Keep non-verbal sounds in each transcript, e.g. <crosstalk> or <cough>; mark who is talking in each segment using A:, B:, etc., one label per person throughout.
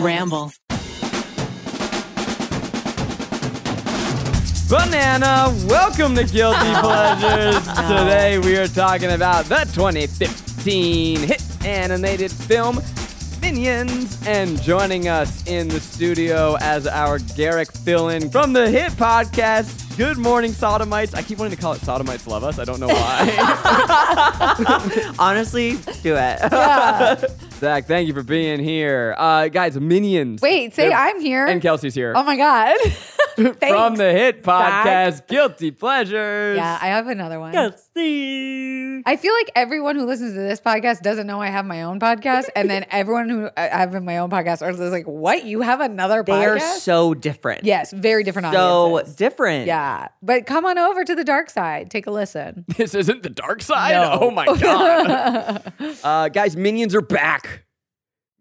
A: Ramble.
B: Banana, welcome to Guilty
C: <laughs>
B: Pleasures. Today we are talking about the 2015 hit animated film Minions. And joining us in the studio as our Garrick fill in from the hit podcast, Good Morning Sodomites. I keep wanting to call it Sodomites Love Us. I don't know why.
C: <laughs> Honestly, do
B: <laughs>
C: it.
B: Zach, thank you for being here. Uh, guys, Minions.
D: Wait, say I'm here.
B: And Kelsey's here.
D: oh my god.
C: <laughs>
D: <laughs>
B: from
D: Thanks.
B: the hit podcast, Guilty Pleasures.
D: yeah, I have another one.
C: see.
D: I feel like everyone who listens to this podcast doesn't know I have my own podcast, and
C: <laughs>
D: then everyone who I have in my own podcast are just like, "What? You have another
C: They are
D: podcast?"
C: so different.
D: yes, very different
C: So
D: audiences.
C: different.
D: yeah, but come on over to the dark side. Take a
C: <laughs>
D: listen.
B: This isn't the dark side? Oh my God. <laughs> uh, guys, minions are back.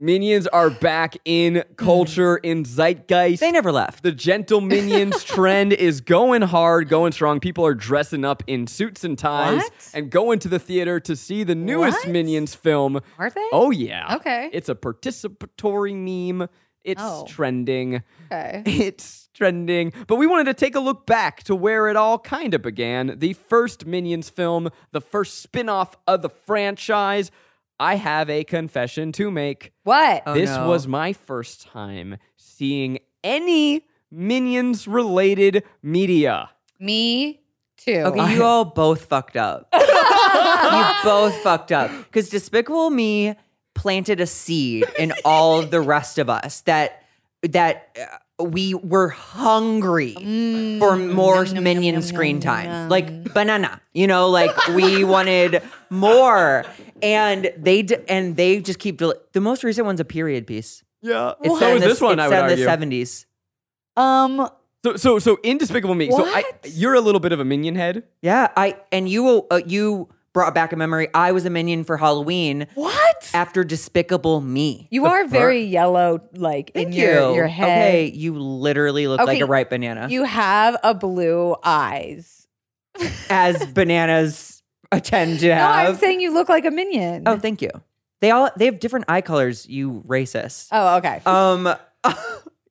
B: Minions are back in culture, in zeitgeist.
C: They never left.
B: the gentle <laughs> minions trend is going hard, going strong. People are dressing up in suits and ties
D: What?
B: and going to the theater to see the newest
D: What?
B: Minions film.
D: Are they?
B: Oh, yeah.
D: Okay.
B: It's a participatory meme. It's
D: Oh.
B: trending.
D: Okay.
B: It's trending. But we wanted to take a look back to where it all kind of began the first Minions film, the first spin off of the franchise. I have a confession to make.
D: What?
C: Oh,
B: this
C: no.
B: was my first time seeing any Minions related media.
D: Me too.
C: Okay,
D: <laughs>
C: you all both fucked up. you both fucked up. Because Despicable Me planted a seed in all of the rest of us that that uh, we were hungry
D: Mm.
C: for more minion screen time. Like banana. You know, like we wanted more. And they d- and they just keep del- the most recent one's a period piece.
B: Yeah.
C: It's set
B: So
C: in
B: is
C: the-
B: this one,
C: it's
B: I would
C: set in the
B: argue.
C: 70s.
D: Um.
B: So, so, so in Despicable Me. So I,
D: What?
B: you're a little bit of a Minion head.
C: Yeah, I and you uh, you brought back a memory. I was a minion for Halloween.
D: What?
C: after Despicable Me.
D: You are very yellow, like in
C: Thank
D: your
C: you.
D: your head.
C: Okay, you literally look like
D: Okay,
C: a ripe banana.
D: You have a blue eyes. <laughs>
C: as bananas tend to
D: No, I'm
C: have.
D: saying you look like a minion.
C: oh, thank you. They all they have different eye colors. You racist.
D: Oh, okay.
C: Um, <laughs>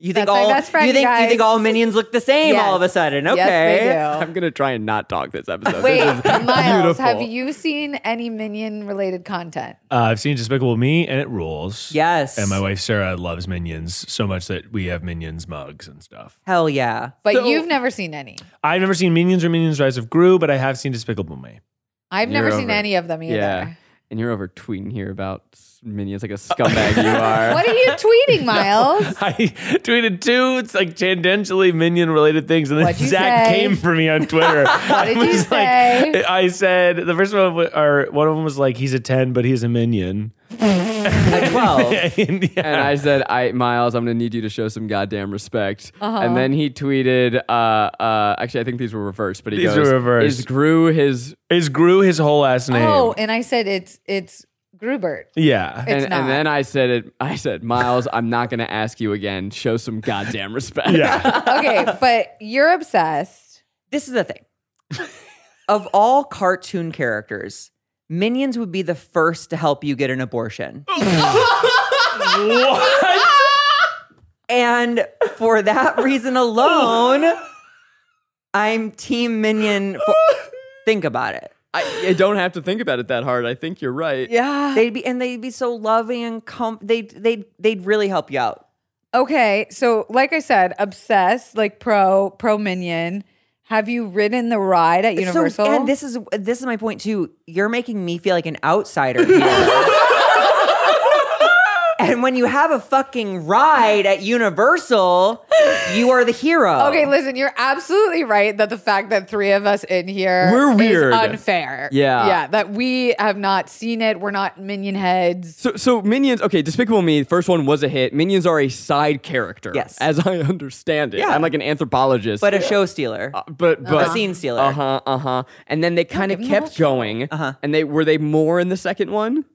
C: you think
D: That's my
C: all
D: best friend,
C: you think you think
D: guys.
C: all minions look the same all of a
D: Yes.
C: sudden? Okay,
D: Yes, they do.
B: I'm going to try and not talk this episode.
D: Oh. Wait,
B: This is
D: Miles,
B: beautiful.
D: have you seen any minion related content?
E: Uh, I've seen Despicable Me and it rules.
C: yes.
E: And my wife Sarah loves Minions so much that we have Minions mugs and stuff.
C: Hell yeah.
D: But
B: So-
D: you've never seen any.
E: I've never seen Minions or Minions Rise of Gru, but I have seen Despicable Me. <laughs>
D: I've
B: You're
D: never seen
B: over-
D: any of them either.
B: Yeah. And you're over tweeting here about minions like a scumbag
D: <laughs>
B: you are.
D: What
B: <laughs>
D: are you tweeting, Miles?
E: I tweeted two, it's like tangentially minion related things. And then
D: What'd you
E: Zach
D: say?
E: came for me
D: <laughs>
E: on Twitter. <laughs> what
D: did you say?
E: I said, the first one, wa- or one of them was like, he's a 10, but he's a minion. <laughs>
C: At twelve.
E: and, yeah.
B: and I said, I, Miles, I'm going to need you to show some goddamn respect.
D: Uh-huh.
B: And then he tweeted, uh, uh, actually, I think these were reversed, but he
E: These
B: goes,
E: were reversed.
B: Is Gru his.
E: Is Gru his whole last name?
D: Oh, and I said it's it's Grubert.
E: yeah.
D: <laughs> It's
B: and,
D: not.
B: and then I said it. I said, Miles, I'm not going to ask you again. Show some goddamn respect.
E: yeah.
D: Okay,
C: <laughs>
D: but you're obsessed.
C: this is the thing. of all cartoon characters, minions would be the first to help you get an abortion.
E: what?
C: And for that reason alone, I'm Team Minion. For, think about it.
B: I, I don't have to think about it that hard. I think you're right.
D: Yeah.
C: They'd be and they'd be so loving and com. They would they would they'd really help you out.
D: Okay, so like I said, obsessed, like pro pro minion. Have you ridden the ride at Universal?
C: So, and this is this is my point too. You're making me feel like an outsider. Here. <laughs> and when you have a fucking ride at Universal, you are the hero.
B: Oh.
D: Okay, listen, you're absolutely right that the fact that three of us in here
B: We're
D: is
B: weird.
D: unfair.
B: Yeah.
D: Yeah, that we have not seen it. We're not minion heads.
B: So, so Minions, okay, Despicable Me, first one was a hit. Minions are a side character.
C: Yes.
B: As I <laughs> understand it.
C: Yeah.
B: I'm like an anthropologist.
C: but a show stealer.
B: but but
C: A scene stealer.
B: Uh huh. Uh huh. And then they kind of
D: give 'em the
B: kept going. Uh
C: Uh-huh.
B: And they were they more in the second one?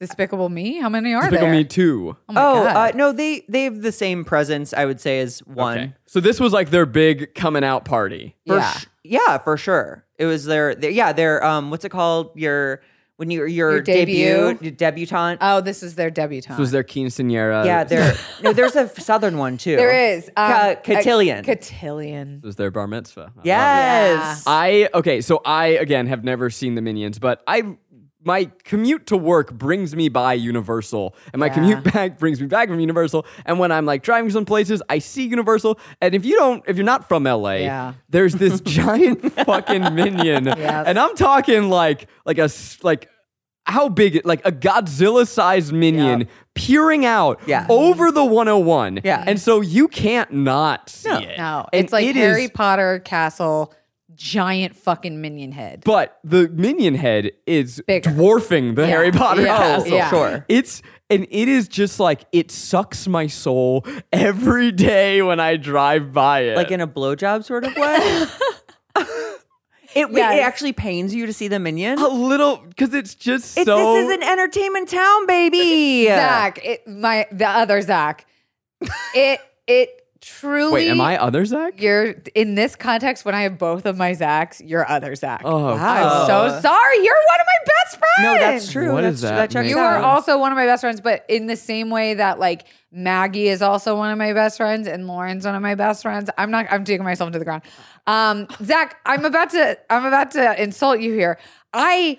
D: Despicable Me? How many are
B: Despicable
D: there?
B: Me two.
D: Oh, my
C: Oh uh,
D: God.
C: no, they they have the same presence. I would say as one.
B: Okay. So this was like their big coming out party.
C: For
D: yeah.
C: sh- yeah, for sure. It was their, their yeah, their um what's it called? Your when you your,
D: Your
C: debut,
D: debut?
C: debutante.
D: Oh, this is their debutante.
B: This was their quinceanera. <laughs>
C: yeah, there. no, there's a southern one too.
D: there is um,
C: Ca-
D: a-
C: cotillion.
D: Cotillion.
B: This was their bar mitzvah. I love it.
C: Yes.
B: I okay, so I again have never seen the Minions, but I my commute to work brings me by Universal, and my
D: Yeah.
B: commute <laughs> back brings me back from Universal. And when I'm like driving some places, I see Universal, and if you don't, if you're not from LA,
D: Yeah.
B: there's
C: <laughs>
B: this giant fucking minion,
D: Yep.
B: and I'm talking like like a s- like. How big? Like a Godzilla-sized minion peering out
C: Yeah.
B: over the 101.
C: Yeah.
B: and so you can't not see
C: No.
B: it.
D: No,
B: And
D: it's like
B: it
D: Harry
B: is-
D: Potter castle, giant fucking minion head.
B: But the minion head is
D: Bigger.
B: dwarfing the Harry Potter
D: yeah,
B: castle.
D: yeah.
C: Sure.
B: It's and it is just like it sucks my soul every day when I drive by it.
C: like in a blowjob sort of way. <laughs> it, it
D: Yes.
C: actually pains you to see the minion.
B: a little because it's just
C: Oh, It-
B: so
C: this is an entertainment town, baby.
D: Zach, it, my the other Zach,
B: <laughs>
D: it it truly.
B: Wait, am I other Zach?
D: You're in this context when I have both of my Zachs. You're other Zach.
B: Oh
C: Wow.
D: So sorry. You're one of my best friends.
C: No, that's true.
B: What
C: that's,
B: is that,
C: that checks
B: man?
D: You are
C: out.
D: also one of my best friends, but in the same way that like Maggie is also one of my best friends and Lauren's one of my best friends, I'm not. I'm taking myself to the ground. Um, Zach, I'm about to. I'm about to insult you here. I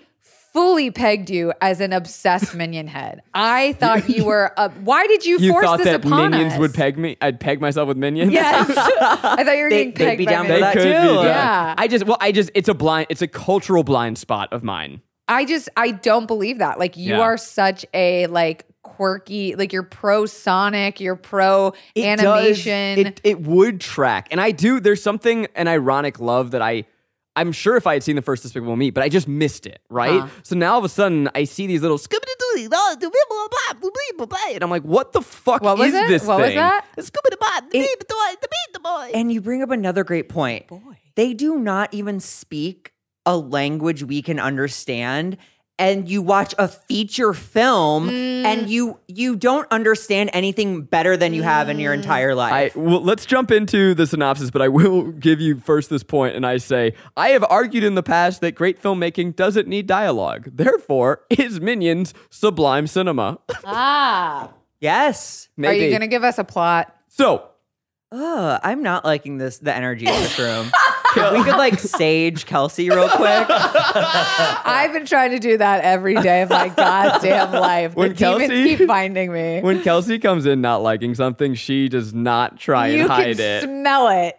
D: fully pegged you as an obsessed minion head. I thought you were. A, why did you,
B: you
D: force
B: thought
D: this
B: that
D: upon
B: minions
D: us?
B: would peg me? I'd peg myself with minions.
D: Yes, I thought you were
C: They-
D: getting
C: they'd
D: pegged
C: be
D: by
C: down for
B: <laughs> They
D: minions.
C: that
B: could be
C: too.
B: done.
D: Yeah.
B: I just well, I just it's a blind it's a cultural blind spot of mine.
D: I just I don't believe that. Like you
B: Yeah.
D: are such a like quirky, like you're pro Sonic, you're pro
B: It does-
D: animation.
B: it, it would track. And I do, there's something, an ironic love that I, I'm sure if I had seen the first Despicable Me, but I just missed it, right? So now all of a sudden I see these little scooby doo and I'm like, what the fuck
D: What was
B: is
D: it?
B: this
D: What was
B: thing?
D: that?
C: And you bring up another great point. They do not even speak a language we can understand. And you watch a feature film and you you don't understand anything better than you have in your entire
B: I
C: life.
B: well, let's jump into the synopsis, but I will give you first this point, and I say I have argued in the past that great filmmaking doesn't need dialogue. Therefore, is Minions sublime cinema? <laughs>
D: ah.
C: yes.
D: Are
B: Maybe.
D: you gonna give us a plot?
B: so
C: Ugh, I'm not liking this the energy in this room. If we could like sage Kelsey real quick.
D: I've been trying to do that every day
B: <laughs>
D: of my goddamn life.
B: When
D: the demons
B: Kelsey-
D: keep finding
B: <laughs>
D: me.
B: when Kelsey comes in not liking something, she does not try
D: you
B: and hide
D: can
B: it.
D: smell it.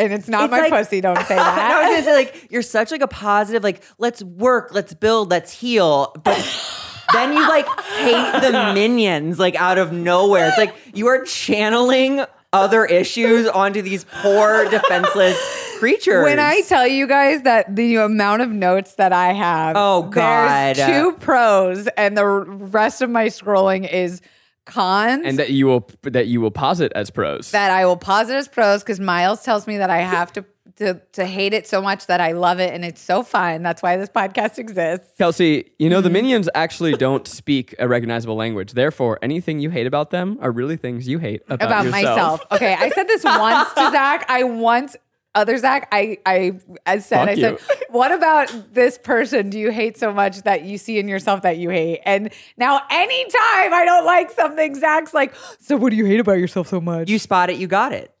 D: And it's not
C: It's
D: my
C: like-
D: pussy, don't
C: <laughs>
D: say that.
C: I was gonna say like you're such like a positive like let's work, let's build, let's heal, but then you like hate the minions like out of nowhere. It's like you are channeling other issues onto these poor defenseless creatures.
D: When I tell you guys that the amount of notes that I have,
C: Oh,
D: there's
C: God.
D: two pros, and the r- rest of my scrolling is cons.
B: and that you will that you will posit as pros.
D: that I will pause it as pros because Miles tells me that I have to, to to hate it so much that I love it and it's so fun. That's why this podcast exists.
B: Kelsey, you
D: Mm-hmm.
B: know the minions actually don't speak a recognizable language. Therefore, anything you hate about them are really things you hate about,
D: About
B: yourself.
D: myself. Okay, I said this once
B: <laughs>
D: to Zach. I once other Zach. I I, I said
B: Fuck
D: I said,
B: you.
D: <laughs> what about this person? Do you hate so much that you see in yourself that you hate? And now anytime I don't like something, Zach's like, so what do you hate about yourself so much?
C: you spot it, you got it.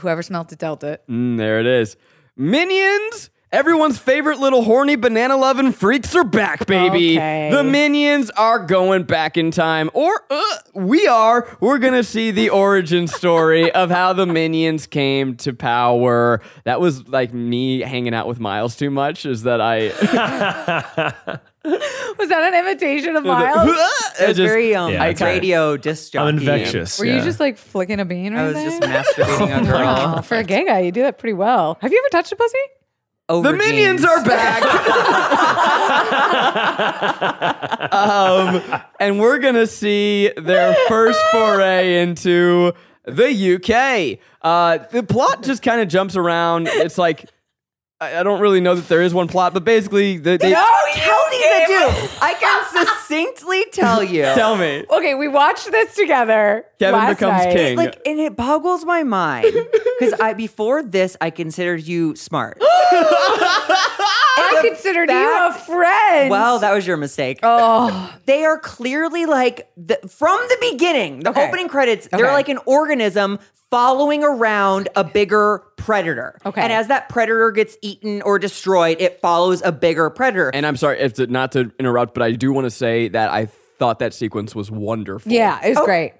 D: Whoever smelt it dealt it.
B: Mm, there it is. Minions. Everyone's favorite little horny banana loving freaks are back, baby.
D: Okay.
B: The minions are going back in time, or uh, we are. We're gonna see the origin story
D: <laughs>
B: of how the minions came to power. That was like me hanging out with Miles too much. Is that I?
D: Was that an
B: <laughs>
D: imitation of Miles?
B: I
C: It's
B: just-
C: very um
E: Yeah, it's all right.
C: radio disc
E: I'm
C: jockey.
E: infectious.
D: Were you
E: yeah.
D: just like flicking a bean
C: I
D: right
C: was
D: there?
C: just
E: <laughs> Oh
C: masturbating a girl.
D: Wow, Oh, for a gay guy, you do that pretty well. Have you ever touched a pussy?
C: over
B: The minions
C: jeans.
B: are back. um, and we're going to see their first foray into the UK. Uh, the plot just kind of jumps around. It's like, I, I don't really know that there is one plot, but basically, the, they
C: Kelsey's a dude. I
D: <laughs>
C: can succinctly tell
E: <laughs>
C: you.
B: tell me.
D: Okay, we watched this together.
B: Kevin
D: last
B: becomes
D: night.
B: king.
C: like and it boggles my
D: <laughs> <gasps>
C: mind because i before this i considered you smart
D: I considered you a
C: fact-
D: friend.
C: Well, that was your mistake.
D: oh,
C: They are clearly like the, from the beginning, the
D: Okay.
C: opening credits, they're
D: Okay.
C: like an organism following around a bigger predator.
D: Okay.
C: And as that predator gets eaten or destroyed, it follows a bigger predator.
B: And I'm sorry, if to, not to interrupt, but I do want to say that I thought that sequence was wonderful.
D: yeah, it was
C: Oh,
D: great.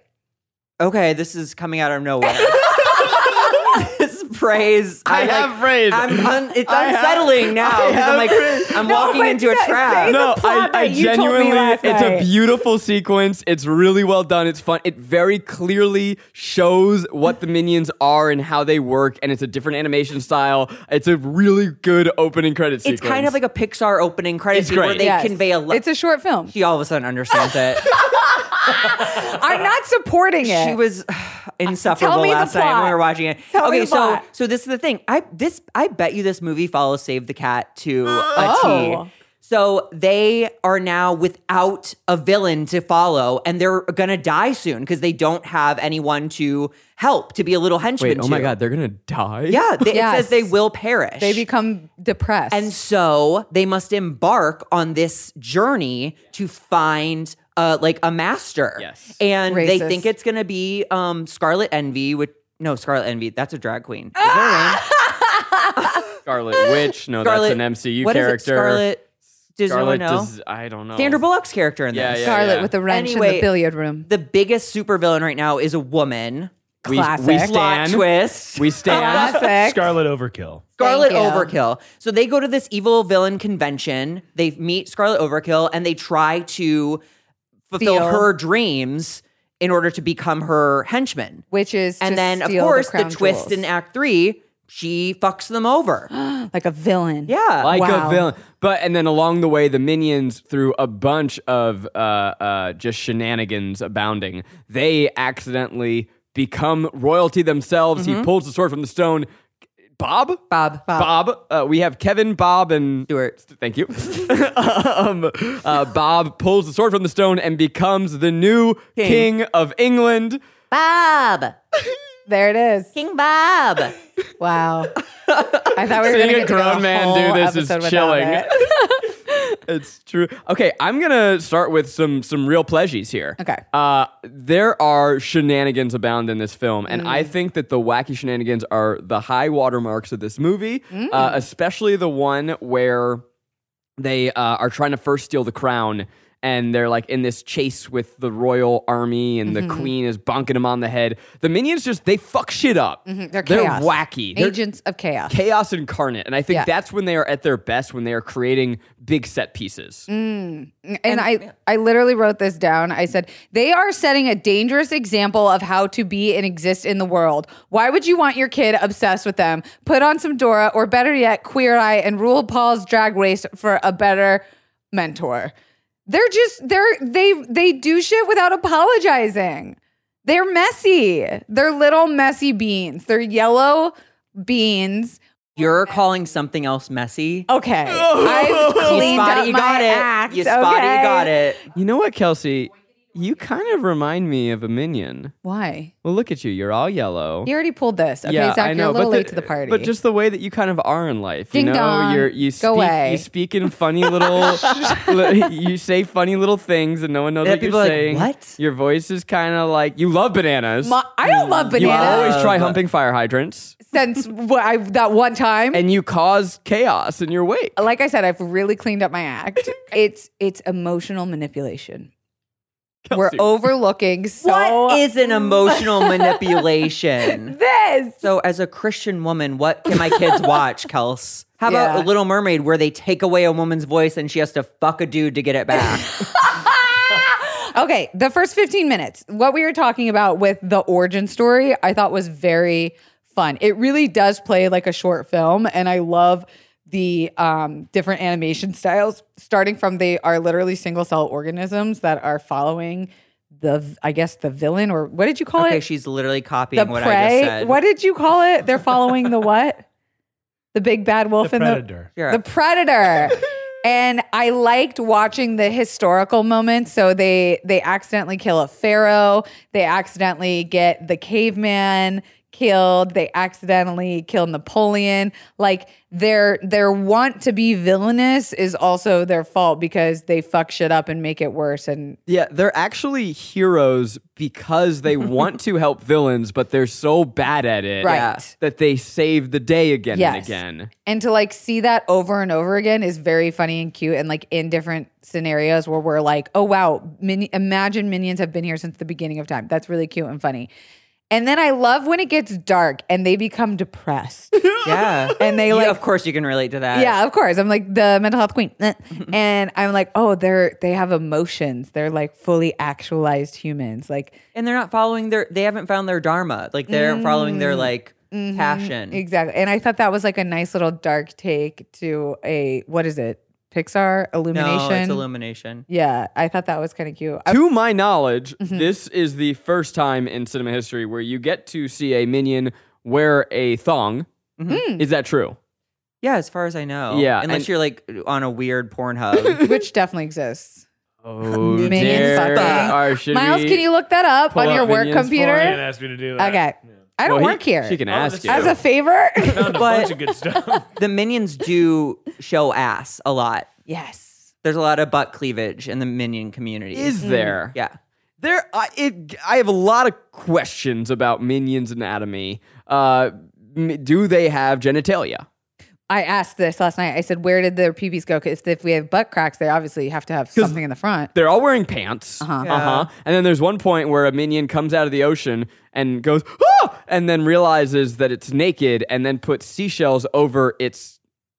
C: okay, this is coming out of
D: <laughs>
C: nowhere. <laughs> this praise.
E: I
C: I'm
E: have
C: like-
E: praise.
C: <laughs> I'm un- it's
E: I have-
C: unsettling now because
E: I
C: I'm
E: have
C: like,
E: praise.
C: I'm
D: No,
C: walking
D: but
C: into a
D: say-
C: trap.
D: say the
B: No, I,
D: plot
B: I
D: that you told me
B: genuinely.
D: last
B: It's a
D: night.
B: beautiful sequence. It's really well done. It's fun. It very clearly shows what the minions are and how they work, and it's a different animation style. It's a really good opening credit sequence.
C: It's kind of like a Pixar opening credits
B: It's
C: scene where
B: great.
C: they
D: Yes.
C: convey a lot.
D: It's a short film.
C: she all of a sudden understands it.
D: I'm not supporting it.
C: <laughs> She was <sighs> insufferable
D: Tell me the
C: last night when we
D: plot.
C: were watching it.
D: Tell me
C: okay,
D: the
C: so
D: plot.
C: so this is the thing. I this I bet you this movie follows Save the Cat to a
D: Oh.
C: T. So they are now without a villain to follow, and they're gonna die soon because they don't have anyone to help to be a little henchman.
B: Wait, oh my
C: to.
B: god, they're gonna die.
C: Yeah, they,
D: Yes.
C: it says they will perish.
D: they become depressed.
C: And so they must embark on this journey to find uh, like a master.
B: Yes.
C: And they
D: Racist.
C: think it's gonna be um, Scarlet Envy, which no, Scarlet Envy, that's a drag queen. Is that her name?
B: Scarlet Witch. No,
C: Ah! Scarlet-
B: that's an MCU
C: what is it?
B: character.
C: Scarlet does
B: Scarlet
C: no one know?
B: does- I don't know.
C: Sandra Bullock's character in
B: Yeah,
C: this.
B: yeah.
D: Scarlet with the wrench in
C: Anyway,
D: the billiard room.
C: The biggest supervillain right now is a woman.
B: we, we
D: Classic.
C: Plot
B: stand.
C: twist. <laughs>
B: We stand.
D: Classic.
E: Scarlet Overkill.
C: Scarlet
D: Thank you.
C: Overkill. So they go to this evil villain convention. They meet Scarlet Overkill and they try to fulfill
D: Steal.
C: her dreams in order to become her henchman.
D: Which is
C: And
D: to
C: then, of
D: steal
C: course, the,
D: crown
C: twist
D: jewels.
C: in Act Three, she fucks them over.
D: <gasps> like a villain.
C: yeah.
B: <laughs> like
D: Wow.
B: a villain. But and then along the way, the minions, through a bunch of uh, uh, just shenanigans abounding, they accidentally become royalty themselves. He pulls the sword from the stone. Bob,
C: Bob.
B: Bob. Uh, we have Kevin, Bob, and
C: Stewart.
B: Thank you. <laughs> um, uh, Bob pulls the sword from the stone and becomes the new
C: King.
B: king, of England.
C: Bob.
D: There it is.
C: King Bob.
D: Wow. I thought we were
B: Seeing
D: going
B: a
D: to get to go
B: grown
D: a
B: man
D: whole
B: do this is
D: episode without
B: chilling.
D: it.
B: It's true. Okay, I'm gonna start with some some real pleasures here.
D: Okay.
B: Uh, there are shenanigans abound in this film, and
D: Mm.
B: I think that the wacky shenanigans are the high watermarks of this movie, uh,
D: Mm.
B: especially the one where they uh, are trying to first steal the crown. And they're like in this chase with the royal army, and the
D: Mm-hmm.
B: queen is bonking them on the head. The minions just they fuck shit up.
D: Mm-hmm. They're chaos.
B: wacky. They're-
D: Agents of chaos.
B: chaos incarnate. And I think
D: Yeah.
B: that's when they are at their best when they are creating big set pieces.
D: and I, I literally wrote this down. I said, they are setting a dangerous example of how to be and exist in the world. Why would you want your kid obsessed with them? Put on some Dora, or better yet, Queer Eye and Rule Paul's Drag Race for a better mentor. They're just they're they they do shit without apologizing. They're messy. They're little messy beans. They're yellow beans.
C: <laughs> You're calling something else messy. <laughs>
D: Okay, I've
C: you
D: <laughs> cleaned
C: spotty,
D: up
C: you
D: my
C: got it.
D: act.
C: You spotty,
D: okay?
C: you got it.
B: You know what, Kelsey? You kind of remind me of a minion.
D: Why?
B: Well, look at you. You're all yellow.
D: You already pulled this. Okay, Zach, you're a little late to the party.
B: But just the way that you kind of are in life,
D: Ding
B: you know,
D: dong.
B: you're you
D: Go
B: speak,
D: away.
B: you speak in funny
D: <laughs>
B: little, li- you say funny little things, and no one knows
C: Yeah,
B: what you're
C: people are like,
B: saying.
C: "What?"
B: Your voice is kind of like you love bananas.
D: Ma- I don't love
B: Mm, you
D: bananas.
B: always try humping fire hydrants,
D: Since <laughs> what I that one time,
B: and you cause chaos in your wake.
D: like I said, I've really cleaned up my act. it's it's emotional manipulation. We're
B: Kelsey.
D: overlooking so
C: what is an
D: <laughs>
C: emotional manipulation?
D: this.
C: So, as a Christian woman, what can my kids
D: <laughs>
C: watch, Kels? How about A
D: Yeah.
C: Little Mermaid, where they take away a woman's voice and she has to fuck a dude to get it
D: <laughs>
C: back?
D: Okay, the first 15 minutes, what we were talking about with the origin story, I thought was very fun. It really does play like a short film, and I love the um, different animation styles, starting from they are literally single cell organisms that are following the, I guess, the villain, or what did you call
C: okay,
D: it?
C: she's literally
D: the
C: copying what I just
D: prey.
C: said.
D: What did you call it? They're following the what? The big bad wolf
E: The
D: and
E: Predator.
D: the the predator. and I liked watching the historical moments. So they they accidentally kill a pharaoh. They accidentally get the caveman killed. They accidentally killed Napoleon. Like their their want to be villainous is also their fault because they fuck shit up and make it worse. And
B: Yeah, they're actually heroes because
D: <laughs>
B: they want to help villains, but they're so bad at it
D: Right.
B: that they save the day again and
D: Yes.
B: again.
D: and to like see that over and over again is very funny and cute and like in different scenarios where we're like oh wow min- imagine minions have been here since the beginning of time that's really cute and funny and then i love when it gets dark and they
C: <laughs>
D: become depressed
C: Yeah.
D: and they
C: You-
D: like
C: of course you can relate to that.
D: yeah, of course. I'm like the mental health queen, Eh.
C: Mm-hmm.
D: and I'm like, oh, they're they have emotions. They're like fully actualized humans. Like
C: And they're not following their they haven't found their dharma. Like they're
D: Mm.
C: following their like
D: Mm-hmm.
C: passion.
D: exactly. And I thought that was like a nice little dark take to a what is it? Pixar illumination.
C: No, it's illumination.
D: yeah, I thought that was kind of Mm-hmm. cute. I-
B: To my knowledge, this is the first time in cinema history where you get to see a minion wear a thong.
D: Mm-hmm.
B: Is that true?
C: Yeah, as far as I know.
B: Yeah,
C: Unless
B: and-
C: you're like on a weird
D: <laughs>
C: Pornhub.
D: which
B: <laughs>
D: definitely exists.
E: <laughs>
B: Oh,
D: Minions fucking.
B: Or should
D: Miles,
B: we
D: can you look that up
B: pull
D: on your
B: up
D: work
B: minions for
E: Well, he didn't
D: computer?
E: ask me to do that.
D: Okay. I don't
B: Well, he-
D: work here.
B: She can
E: Oh,
B: ask
E: this
B: you.
E: is-
D: As a favor? <laughs>
E: Found
C: But-
E: a bunch of good stuff.
C: the minions do show ass a lot.
D: yes.
C: There's a lot of butt cleavage in the minion community.
D: Mm.
B: is there?
C: yeah.
B: There, I it, I have a lot of questions about minions' anatomy. Uh, m- do they have genitalia?
D: I asked this last night. I said, where did their peepees go? Because if we have butt cracks, they obviously
B: <laughs>
D: have to have something in the front.
B: They're all wearing pants. Uh
C: Uh-huh.
B: huh.
D: Yeah.
B: And then there's one point where a minion comes out of the ocean and goes, ah! and then realizes that it's naked, and then puts seashells over its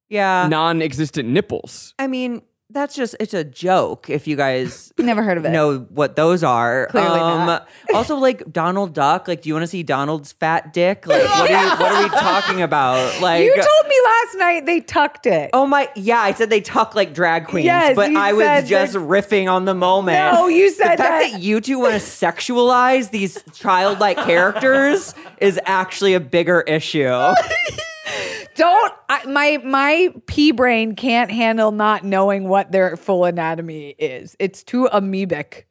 C: Yeah.
B: non-existent nipples.
C: I mean, that's just it's a joke if you guys
D: <laughs> Never heard of it.
C: know what those are. Um,
D: Clearly not. <laughs>
C: also like Donald Duck, like do you want to see Donald's fat dick? Like what are you, what
B: <laughs>
C: are we talking about? Like
D: you told me last night they tucked it.
C: Oh my yeah, I said they talk like drag queens,
D: Yes,
C: but
D: you
C: I
D: said
C: was just riffing on the moment.
D: No, you said
C: the fact
D: that.
C: that. you two want to sexualize these childlike characters is actually a bigger issue.
D: <laughs>
C: <laughs>
D: Don't I, my my pea brain can't handle not knowing what their full anatomy is. It's too amoebic.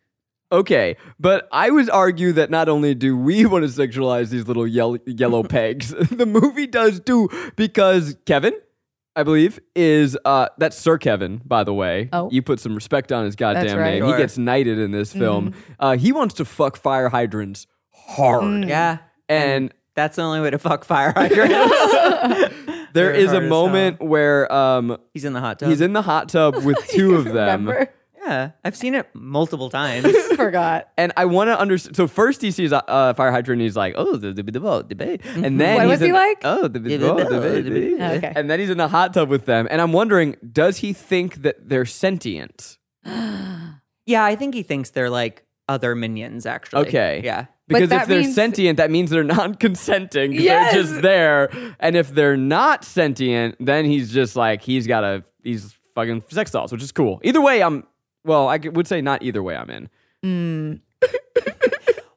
B: Okay, but I would argue that not only do we <laughs> want to sexualize these little yellow,
D: <laughs>
B: yellow pegs, <laughs> the movie does too, because Kevin, I believe, is uh, that's Sir Kevin, by the way.
D: Oh.
B: you put some respect on his
D: That's
B: goddamn
D: right. Mm-hmm.
B: name. He
C: Sure.
B: gets knighted in this film. Uh, he wants to fuck fire hydrants hard,
D: Mm.
C: yeah.
B: and
C: That's the only way to fuck fire hydrants.
D: <laughs>
B: there
C: They're
B: is a
C: hard as
B: moment where um,
C: He's in the hot tub.
B: he's in the hot tub
D: <laughs>
B: with two of them.
D: Remember? <laughs>
C: yeah, I've seen it multiple times.
D: Forgot.
B: And I want to understand. So first he sees a uh, fire hydrant, and he's like, "Oh, the the the boat, the boat," and then
D: Mm-hmm. What
B: he's
D: was he
B: in-
D: like?
B: "Oh, the the
C: the
B: boat, the
C: boat,
B: boat,
C: the
B: the
C: boat."
B: boat."
D: Okay.
B: And then he's in the hot tub with them, and I'm wondering, does he think that they're sentient?
C: yeah, I think he thinks they're like other minions actually.
B: Okay.
C: Yeah.
B: Because if
D: that
B: they're
D: means-
B: sentient, that means they're <laughs> non-consenting. 'cause
D: Yes!
B: They're just there, and if they're not sentient, then he's just like he's got a he's fucking sex dolls, which is cool. Either way, I'm well, I would say not either way. I'm in.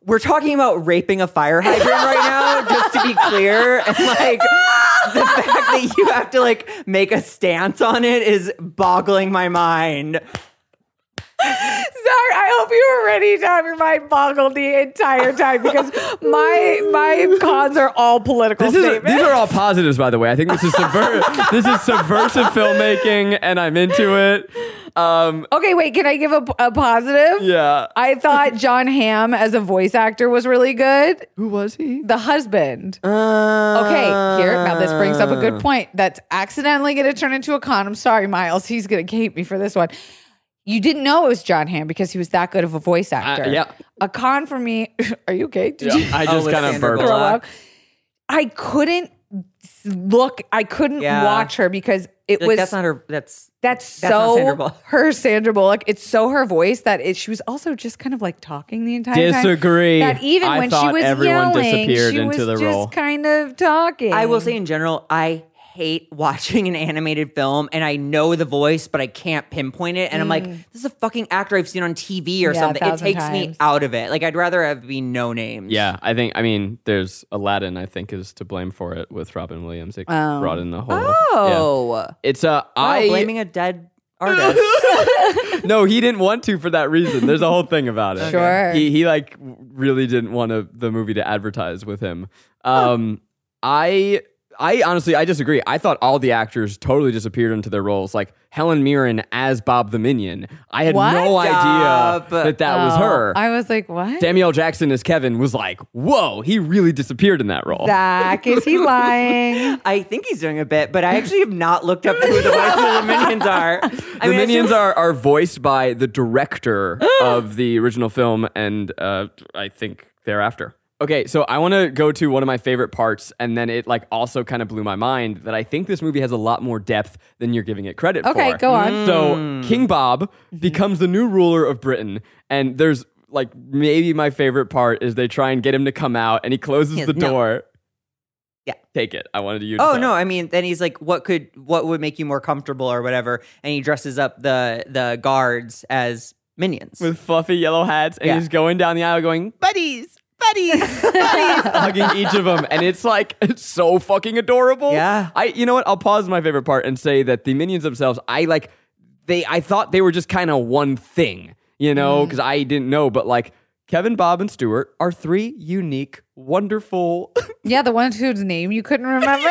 C: we're talking about raping a fire hydrant right now, just to be clear. And like the fact that you have to like make a stance on it is boggling my mind.
D: Sorry, I hope you were ready to have your mind boggled the entire time because my my cons are all political
B: This is,
D: statements.
B: these are all positives, by the way. I think this is
C: <laughs>
B: subver- this is subversive filmmaking, and I'm into it. Um,
D: okay, wait. Can I give a, a positive?
B: yeah.
D: I thought John Hamm as a voice actor was really good.
B: Who was he? Uh,
D: The husband. Okay, here now this brings up a good point that's accidentally going to turn into a con. I'm sorry, Miles. He's going to hate me for this one. You didn't know it was John Hamm because he was that good of a voice actor.
B: Uh, yeah.
D: A con for me. <laughs> Are you okay? Did you
B: I just kind of
C: Alexander
B: burped.
D: throw
C: Bullock.
D: up? I couldn't s- look. I couldn't
C: Yeah.
D: watch her because it
C: Like,
D: was
C: that's not her. That's
D: that's
C: that's not
D: so
C: Sandra Bullock.
D: her Sandra Bullock. It's so her voice that it, she was also just kind of like talking the entire time.
B: Disagree.
D: That even
B: I
D: when she
B: thought
D: was
B: everyone
D: yelling,
B: disappeared
D: she
B: into
D: was
B: the
D: just
B: role.
D: kind of talking.
C: I will say in general, I hate watching an animated film and I know the voice, but I can't pinpoint it. And I'm like, this is a fucking actor I've seen on TV or
D: Yeah, a
C: something. It
D: thousand
C: takes me
D: times.
C: out of it. Like I'd rather have be no names.
B: yeah, I think. I mean, there's Aladdin. I think is to blame for it with Robin Williams. It brought in the whole.
C: Oh.
B: yeah. It's a. Uh,
C: Wow,
B: I
C: blaming a dead artist. <laughs>
B: No, he didn't want to for that reason. There's a whole thing about it.
D: <laughs> Sure.
B: He he like w- really didn't want to, the movie to advertise with him. Um I I honestly I disagree. I thought all the actors totally disappeared into their roles. Like Helen Mirren as Bob the Minion. I had no
C: What?
B: idea
C: Stop.
B: that that was
D: Oh,
B: her.
D: I was like, what?
B: Samuel Jackson as Kevin was like, "Whoa, he really disappeared in that role."
D: Zach,
B: <laughs>
D: is he lying?
C: I think he's doing a bit, but I actually have not looked up who the voices of the minions are. I Ah!
B: the minions are, are voiced by
C: <gasps>
B: the director of the original film and uh, i think thereafter okay so i want to go to one of my favorite parts and then it like also kind of blew my mind that i think this movie has a lot more depth than you're giving it credit for Mm.
D: Okay, go on.
B: so king bob
C: Mm-hmm.
B: becomes the new ruler of britain and there's like maybe my favorite part is they try and get him to come out and he closes
C: Yeah,
B: the
C: no.
B: door
C: Yeah.
B: take it i wanted you to
C: Oh
B: tell.
C: no! I mean, then he's like, "What could, what would make you more comfortable, or whatever?" And he dresses up the the guards as minions.
B: with fluffy yellow hats, and
C: Yeah.
B: he's going down the aisle going, buddies, buddies,
C: <laughs>
B: buddies, hugging each of them. And it's like, <laughs> it's so fucking adorable.
C: Yeah.
B: I, you know what? I'll pause my favorite part and say that the minions themselves, I like, they, I thought they were just kind of one thing, you
C: Mm.
B: know, because I didn't know, but like, Kevin, Bob, and Stuart are three unique, wonderful. <laughs>
D: yeah, the one whose name you couldn't remember.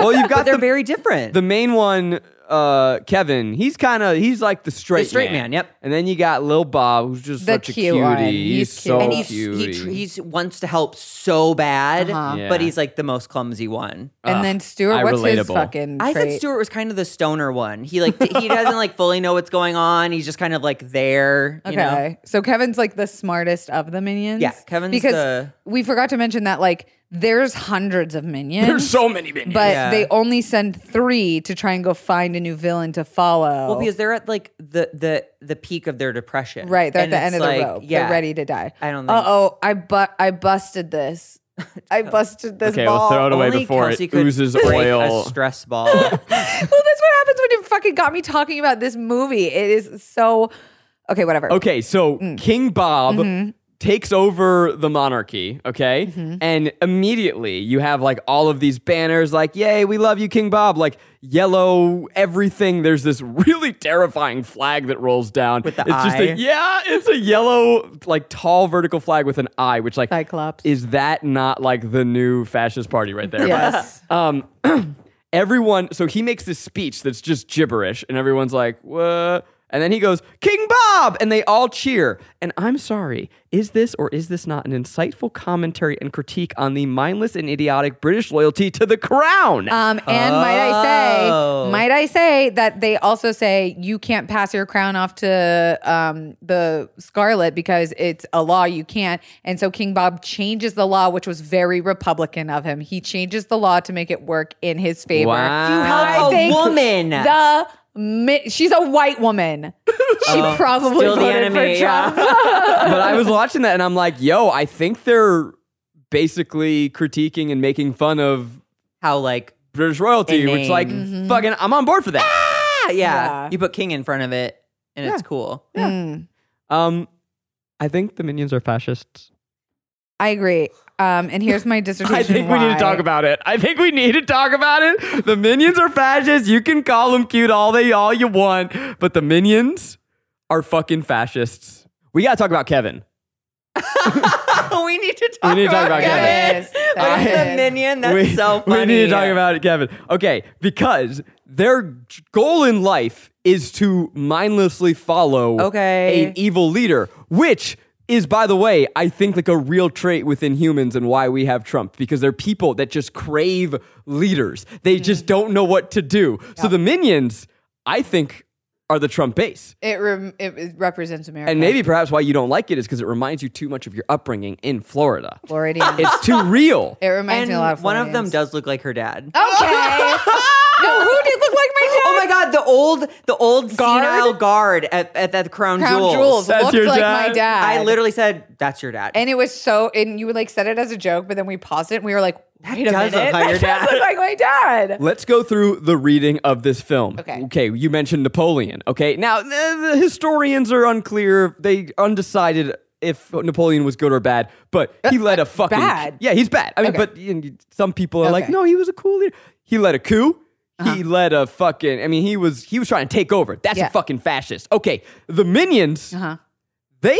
B: well, you've
C: but
B: got
C: they're
B: the,
C: very different.
B: the main one, uh, Kevin, he's kind of he's like the straight
C: straight man, yep.
B: And then you got Lil Bob, who's just
D: The
B: such
D: cute
B: a
D: one.
B: cutie.
D: He's
B: He's,
D: cute.
B: so
C: and he's
B: cutie.
C: he tr- he's wants to help so bad,
D: Uh-huh.
B: Yeah.
C: but he's like the most clumsy one.
D: and then Stuart,
B: I-
D: what's his
B: relatable.
D: fucking?
C: I
D: trait?
C: thought Stuart was kind of the stoner one. He like he doesn't like fully know what's going on. He's just kind of like there. You
D: Okay.
C: know?
D: So Kevin's like the smartest of the minions.
C: Yeah, Kevin's
D: because
C: the-
D: we forgot to mention that like there's hundreds of minions.
B: There's so many minions.
D: but
C: Yeah.
D: they only send three to try and go find a new villain to follow.
C: Well, because they're at like the the the peak of their depression.
D: right, they're
C: And
D: at the end
C: it's
D: of the
C: like,
D: rope.
C: Yeah,
D: They're ready to die.
C: I don't
D: Uh
C: think-
D: oh, I but I
C: <laughs>
D: busted this. I busted this
B: okay, we'll
D: ball. <laughs>
B: throw it away
C: Only
B: before
C: Kelsey
B: it
C: could
B: oozes
C: break
B: oil.
C: A stress ball.
D: well, that's what happens when you fucking got me talking about this movie. It is so okay, whatever.
B: okay, so
C: Mm.
B: King Bob
C: Mm-hmm.
B: takes over the monarchy, okay? And immediately you have like all of these banners like, "Yay, we love you King Bob." Like yellow everything. There's this really terrifying flag that rolls down.
C: With the
B: it's just
C: eye.
B: a, yeah, it's a yellow like tall vertical flag with an eye which like
D: Cyclops.
B: is that not like the new fascist party right there?
D: <laughs> yes.
B: um, <clears throat> everyone, so he makes this speech that's just gibberish, and everyone's like, what? And then he goes, King Bob! And they all cheer. And I'm sorry, is this or is this not an insightful commentary and critique on the mindless and idiotic British loyalty to the crown?
D: Um, and might I
C: Oh.
D: say, might I say that they also say you can't pass your crown off to um, the Scarlet because it's a law you can't. And so King Bob changes the law, which was very Republican of him. He changes the law to make it work in his favor.
B: Wow. You
C: help
D: I
C: a
D: think
C: woman.
D: The mi- she's a
B: <laughs>
D: white woman. She
B: Oh,
D: probably
C: still the
D: voted
C: enemy,
D: for Trump.
B: <laughs> but I was watching that and I'm like, yo, I think they're basically critiquing and making fun of
C: How like
B: British royalty,
C: In
B: which, like, fucking, I'm on board for that.
C: ah, yeah,
D: Yeah.
C: you put king in front of it, and it's cool.
D: Mm.
B: Um, I think the minions are fascists.
D: I agree. Um, and here's my
B: <laughs>
D: dissertation.
B: I think we need
D: why.
B: to talk about it. I think we need to talk about it. The minions are fascists. You can call them cute all they all you want, but the minions are fucking fascists. We gotta talk about Kevin.
C: we need to
B: We
C: talk
B: need to
C: about
B: talk about Kevin.
C: Kevin.
D: Yes, that
C: There's the
D: is.
C: minion. <laughs> That's
B: we,
C: so funny.
B: We need to talk about it, Kevin. Okay, because their goal in life is to mindlessly follow
C: Okay.
B: an evil leader, which is, by the way, I think like a real trait within humans and why we have Trump because they're people that just crave leaders. They just
C: Mm.
B: don't know what to do. So the minions, I think, are the Trump base.
D: It, rem- it, it represents America.
B: And maybe perhaps why you don't like it is because it reminds you too much of your upbringing in Florida.
D: Floridian.
B: <laughs> It's too
C: <laughs>
B: real.
D: it reminds
C: And
D: me a lot of Oh,
C: one of
D: Floridians.
C: them does look like her dad.
D: Okay.
C: <laughs>
D: no, who did look like my dad?
C: Oh my god, the old the old
D: Guard?
C: senile guard at, at, at the Crown,
D: Crown
C: Jewels.
D: Jewels,
B: That's
D: looked
B: your
D: like my
B: dad?
D: dad.
C: I literally said, "That's your dad."
D: and it was so and you like said it as a joke, but then we paused it and we were like, wait a
C: does
D: minute,
C: look like your
D: <laughs> that does
C: dad.
D: look like
C: <laughs>
D: my dad.
B: Let's go through the reading of this film.
D: Okay.
B: Okay, you mentioned Napoleon. Okay, now the, the historians are unclear. They undecided if Napoleon was good or bad, but he led a fucking
D: Uh, bad.
B: Yeah, he's bad. I mean,
D: Okay.
B: but you know, some people are like,
D: Okay. Uh-huh.
B: no, he was a cool leader. He led a coup. He led a fucking. I mean, he was he was trying to take over. That's
D: Yeah.
B: a fucking fascist. Okay, the minions.
D: Uh huh.
B: They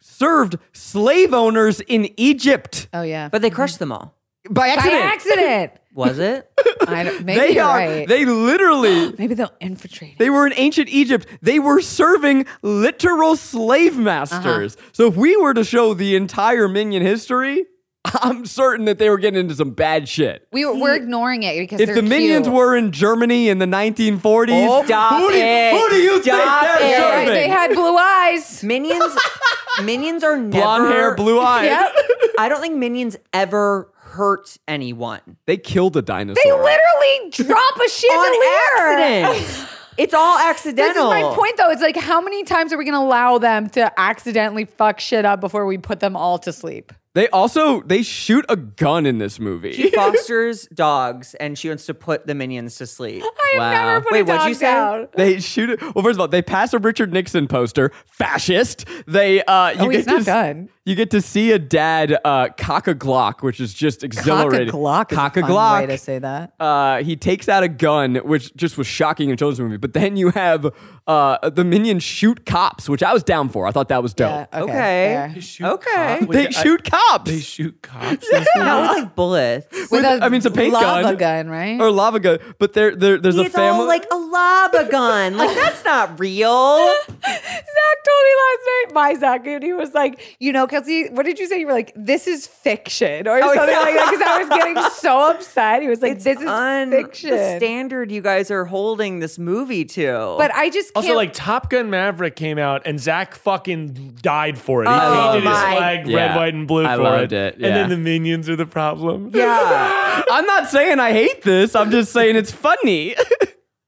B: served slave owners in Egypt
D: Oh yeah.
C: But they crushed them all.
B: by
D: by
C: <laughs>
B: accident.
D: accident.
C: Was
D: <laughs>
C: it?
D: I don't, maybe
B: They
D: you're
B: are.
D: right.
B: They literally.
D: maybe they'll infiltrate.
B: They were in ancient Egypt. They were serving literal slave masters. So if we were to show the entire minion history, <laughs> I'm certain that they were getting into some bad shit.
D: we were, we're ignoring it because
B: If
D: they're
B: the minions
D: cute.
B: were in Germany in the 1940s,
C: Oh, stop
B: who, do you,
C: it.
B: who do you
C: Stop
B: think
C: it.
B: they're
D: You're right,
B: serving?
D: they had blue
B: <laughs>
D: eyes.
C: Minions. minions are never.
B: Blonde hair, blue eyes.
D: Yep.
C: I don't think minions ever hurt
D: <laughs>
C: anyone
B: They killed a dinosaur.
D: They literally drop a
C: on
D: chandelier. <laughs>
C: accident. it's all accidental.
D: This is my point, though. It's like, how many times are we going to allow them to accidentally fuck shit up before we put them all to sleep?
B: They also they shoot a gun in this movie.
C: She fosters dogs, and she wants to put the minions to sleep.
D: I have
B: Wow.
D: never put
C: Wait,
D: a dog
C: what'd you say?
D: down.
B: They shoot it. Well, first of all, they pass a Richard Nixon poster, fascist. They uh, you
D: Oh, he's
B: get
D: not
B: to, s-
D: done.
B: You get to see a dad uh, cock a Glock, which is just exhilarating. Cock a Glock.
D: say that.
B: uh, he takes out a gun, which just was shocking in a children's movie. But then you have uh, the minions shoot cops, which I was down for. I thought that was dope.
D: okay.
C: Okay.
D: fair.
E: Shoot
C: Okay.
E: cop-
B: They
E: Wait, I-
B: shoot cops
E: <laughs> They shoot cops.
C: Not with
D: <laughs>
C: like bullets.
D: With
B: With-
D: a
B: I mean, it's a paint
D: lava
B: gun.
D: right?
B: or lava gun. But there, there there's a
C: It's
B: family.
C: all like a lava gun. Like that's not
D: <laughs>
C: real.
D: Zach told me last night, my Zach, and he was like, you know, Kelsey, what did you say? You were like, this is fiction or something
C: yeah.
D: like that. Because I was getting so upset. He was like, this is
C: Un- The
D: fiction.
C: standard you guys are holding this movie to.
D: but I just can't.
E: Also, like Top Gun Maverick came out, and Zach fucking died for it. He
C: Oh
E: painted his
C: my-
E: flag
B: Yeah.
E: red, white, and blue
B: I
E: for
B: loved it, yeah.
E: And then the minions are the problem. <laughs>
C: yeah.
B: <laughs> I'm not saying I hate this. I'm just saying it's funny.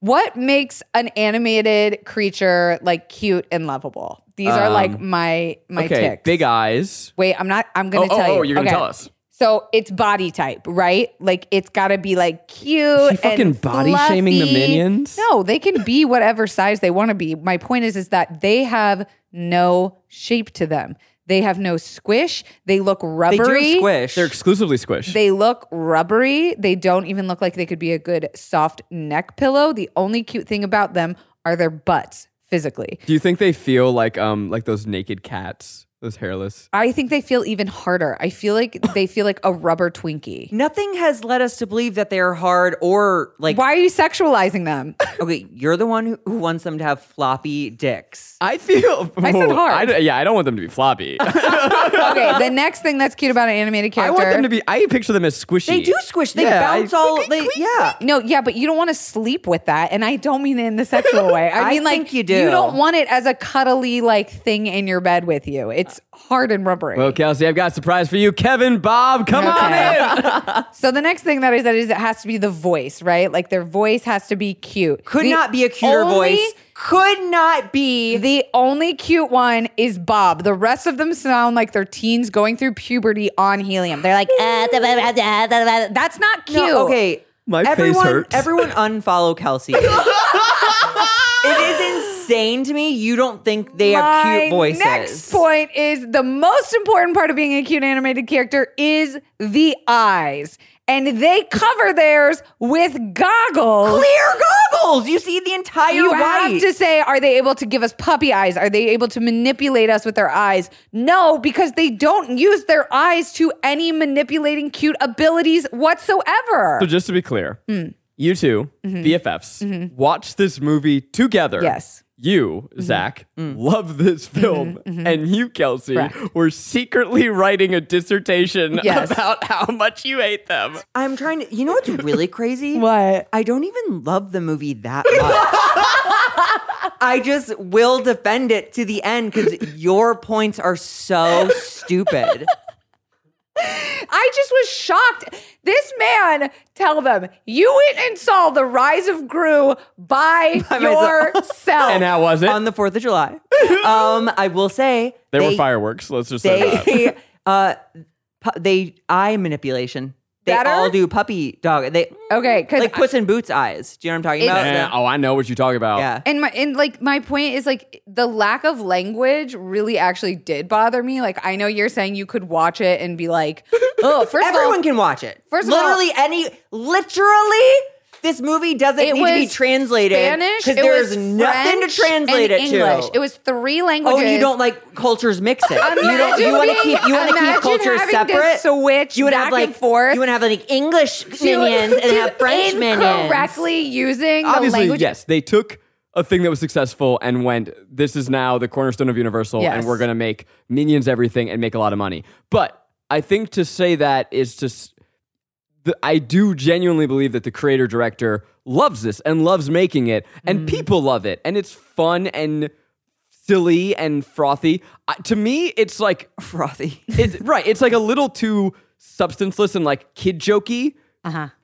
D: What makes an animated creature like cute and lovable? These are like my my
B: Um, okay,
D: ticks.
B: big eyes.
D: Wait, I'm not. I'm gonna
B: Oh, oh,
D: tell you.
B: oh, you're gonna
D: Okay.
B: tell us.
D: So it's body type, right? Like it's got to be like cute.
B: She fucking
D: and
B: body shaming the
D: fluffy.
B: minions?
D: No, they can be whatever size they want to be. My point is, is that they have no shape to them. They have no squish. They look
C: They
D: rubbery.
C: do squish.
B: They're exclusively squish.
D: They look rubbery. They don't even look like they could be a good soft neck pillow. The only cute thing about them are their butts physically.
B: Do you think they feel like um like those naked cats, those hairless?
D: I think they feel even harder. I feel like they feel like a rubber Twinkie.
C: Nothing has led us to believe that they are hard or like.
D: Why are you sexualizing them?
C: Okay, you're the one who, who wants them to have floppy dicks.
B: I feel.
D: I said hard.
B: I don't- yeah, I don't want them to be floppy.
D: okay, the next thing that's cute about an animated
B: I
D: character.
B: want them to be. I picture them as squishy.
C: They do squish. They
B: Yeah,
C: bounce
B: I-
C: all. They yeah.
D: no, yeah, but you don't want to sleep with that, and I don't mean it in the
B: <laughs>
D: sexual way. I,
C: I
D: mean like
C: think you do.
D: You don't want it as a cuddly like thing in your bed with you. It's hard and rubbery.
B: Well, Kelsey, I've got a surprise for you, Kevin, Bob. Come
D: Okay.
B: on in.
D: So the next thing that I said is it has to be the voice, right? Like their voice has to be cute.
C: Could
D: The
C: not be a cuter
D: only-
C: voice. Could not be.
D: The only cute one is Bob. The rest of them sound like they're teens going through puberty on helium. They're like, "Uh, da, da, da, da, da, da." that's not cute.
C: No, okay.
B: My face
C: everyone,
B: hurts. <laughs>
C: Everyone unfollow Kelsey. it is insane to me. You don't think they
D: My
C: have cute voices.
D: Next point is the most important part of being a cute animated character is the eyes. And they cover theirs with goggles.
C: Clear goggles. You see the entire
D: you
C: white.
D: have to say, are they able to give us puppy eyes? Are they able to manipulate us with their eyes? No, because they don't use their eyes to any manipulating cute abilities whatsoever.
B: So just to be clear, you 2 BFFs, watch this movie together.
D: Yes.
B: You, Zach, love this film, and you, Kelsey,
D: Correct.
B: were secretly writing a dissertation
D: Yes.
B: about how much you hate them.
C: I'm trying to. You know what's really crazy? <laughs>
D: What?
C: I don't even love the movie that much. I just will defend it to the end because your points are so stupid.
D: I just was shocked. This man, tell them, you went and saw the rise of Gru by,
C: myself.
D: yourself.
B: And how was it?
C: On the 4th of July,
B: <laughs>
C: um, I will say
B: there were
C: they-
B: fireworks. Let's just
C: <laughs>
B: say that.
C: They, uh, pu- they eye manipulation. They
D: Better?
C: all do puppy dog. They
D: okay, because
C: like Puss in Boots eyes. Do you know what I'm talking about?
D: It's-
B: Eh, oh, I know what you're talking about.
C: Yeah.
D: and my and like my point is like the lack of language really actually did bother me. Like I know you're saying you could watch it and be like, oh, first of all,
C: Everyone can watch it.
D: First of all-
C: literally any, literally This movie doesn't
D: It
C: need to be
D: was
C: translated
D: Spanish
C: because
D: it
C: there's
D: was
C: nothing
D: French
C: to translate
D: and
C: it
D: English.
C: to.
D: It was three languages.
C: oh, you don't like cultures mixing. you don't. You want to
D: Imagine
C: keep. You want to
D: being-
C: keep cultures
D: imagine having to
C: separate.
D: switch
C: you would
D: back
C: have like
D: and forth.
C: You would have like English
D: to-
C: minions and
D: to
C: have French minions.
D: incorrectly using the
B: Obviously,
D: language.
B: yes, they took a thing that was successful and went, this is now the cornerstone of Universal,
D: Yes.
B: and we're going to make Minions everything and make a lot of money. But I think to say that is just. The, I do genuinely believe that the creator director loves this and loves making it, and
C: Mm.
B: people love it, and it's fun and silly and frothy. I, to me, it's like
C: Frothy.
B: it's right. It's like a little too substanceless and like kid jokey.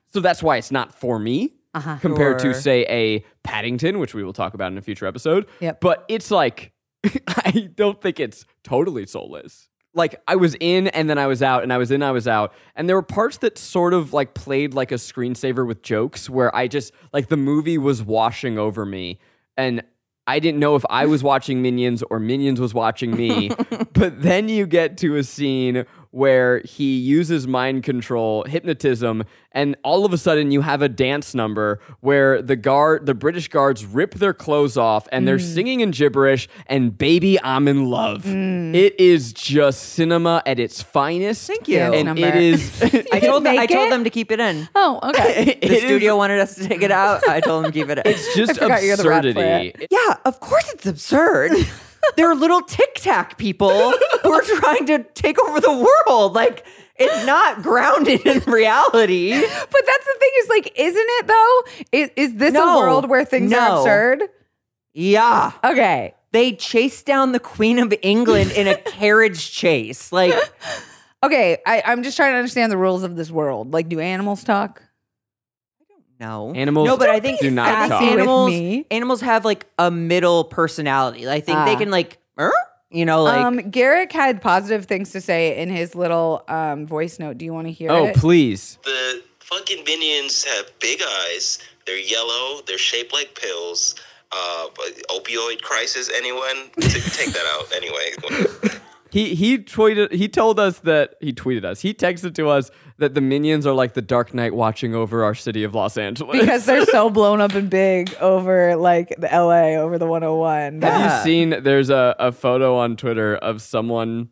B: So that's why it's not for me compared
C: Sure.
B: to say a Paddington, which we will talk about in a future episode.
D: Yep.
B: But it's like <laughs> I don't think it's totally soulless. Like I was in and then I was out and I was in I was out and there were parts that sort of like played like a screensaver with jokes where I just like the movie was washing over me and I didn't know if I was watching Minions or Minions was watching me. but then you get to a scene where he uses mind control, hypnotism, and all of a sudden you have a dance number where the guard, the British guards rip their clothes off and
D: Mm.
B: they're singing in gibberish and baby I'm in love.
D: Mm.
B: It is just cinema at its finest. Thank
C: you. Dance
B: And
D: number.
B: it
D: <laughs>
B: is
C: I told them.
D: make
C: I told
D: it?
C: them to keep it in.
D: Oh, okay.
C: <laughs>
B: <laughs> it
C: The
B: is
C: studio wanted us to take it out. I told them to keep it in.
B: just
D: forgot you're the rat for
B: absurdity.
C: Yeah, of course it's absurd. They're little Tic Tac people who are trying to take over the world. Like it's not grounded in reality.
D: But that's the thing is like, isn't it though? Is, is this
C: No.
D: a world where things
C: No.
D: are absurd?
C: Yeah,
D: Okay.
C: they chase down the Queen of England in a carriage chase. Like
D: Okay. I, I'm just trying to understand the rules of this world. Like, do animals talk?
C: no,
B: Animals
C: No, but I think
B: do not
C: I think
B: talk.
D: With
C: Animals,
D: me.
C: animals have like a middle personality. I think they
D: Ah.
C: can like, er, you know, like
D: um, Garrick had positive things to say in his little um, voice note. Do you want to hear
B: Oh,
D: it?
B: please.
A: The fucking minions have big eyes. They're yellow. They're shaped like pills. Uh, but opioid crisis. Anyone T- take that out anyway.
B: He he tweeted he told us that he tweeted us. He texted to us that the minions are like the Dark Knight watching over our city of Los Angeles.
D: Because they're so blown up and big over like the LA over the 101.
B: Have you seen there's a, a photo on Twitter of someone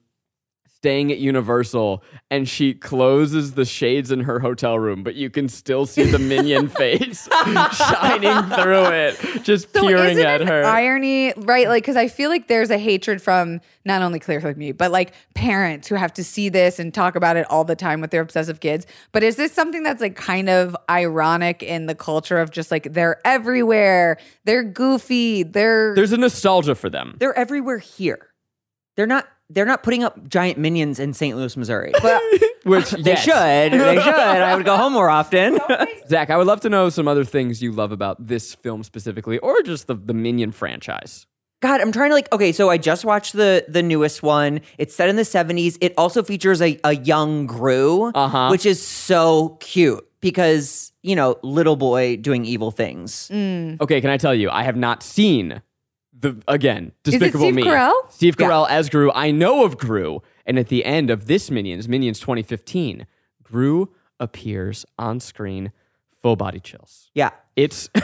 B: staying at Universal and she closes the shades in her hotel room, but you can still see
C: <laughs>
B: the minion face shining through it, just peering
D: isn't
B: at
D: it
B: her.
D: Irony, right? Like, because I feel like there's a hatred from not only Clear Like Me, but like parents who have to see this and talk about it all the time with their obsessive kids. But is this something that's like kind of ironic in the culture of just like they're everywhere, they're goofy, they're
B: there's a nostalgia for them.
C: they're everywhere here. They're not. They're not putting up giant minions in St. Louis, Missouri. <laughs>
B: Which
C: They should.
D: <laughs>
C: They should. I would go home more often.
B: Zach, I would love to know some other things you love about this film specifically, or just the, the Minion franchise.
C: <laughs> God, I'm trying to like. Okay, so I just watched the the newest one. It's set in the 70s. It also features a, a young Gru,
B: Uh-huh.
C: which is so cute because you know little boy doing evil things.
D: mm.
B: Okay, can I tell you? I have not seen the again
D: it
B: Despicable
D: Steve
B: Me.
D: Carell?
B: Steve Carell as Gru. I know of Gru, and at the end of this Minions, Minions 2015, Gru appears on screen, full body chills.
C: Yeah,
B: It's <laughs>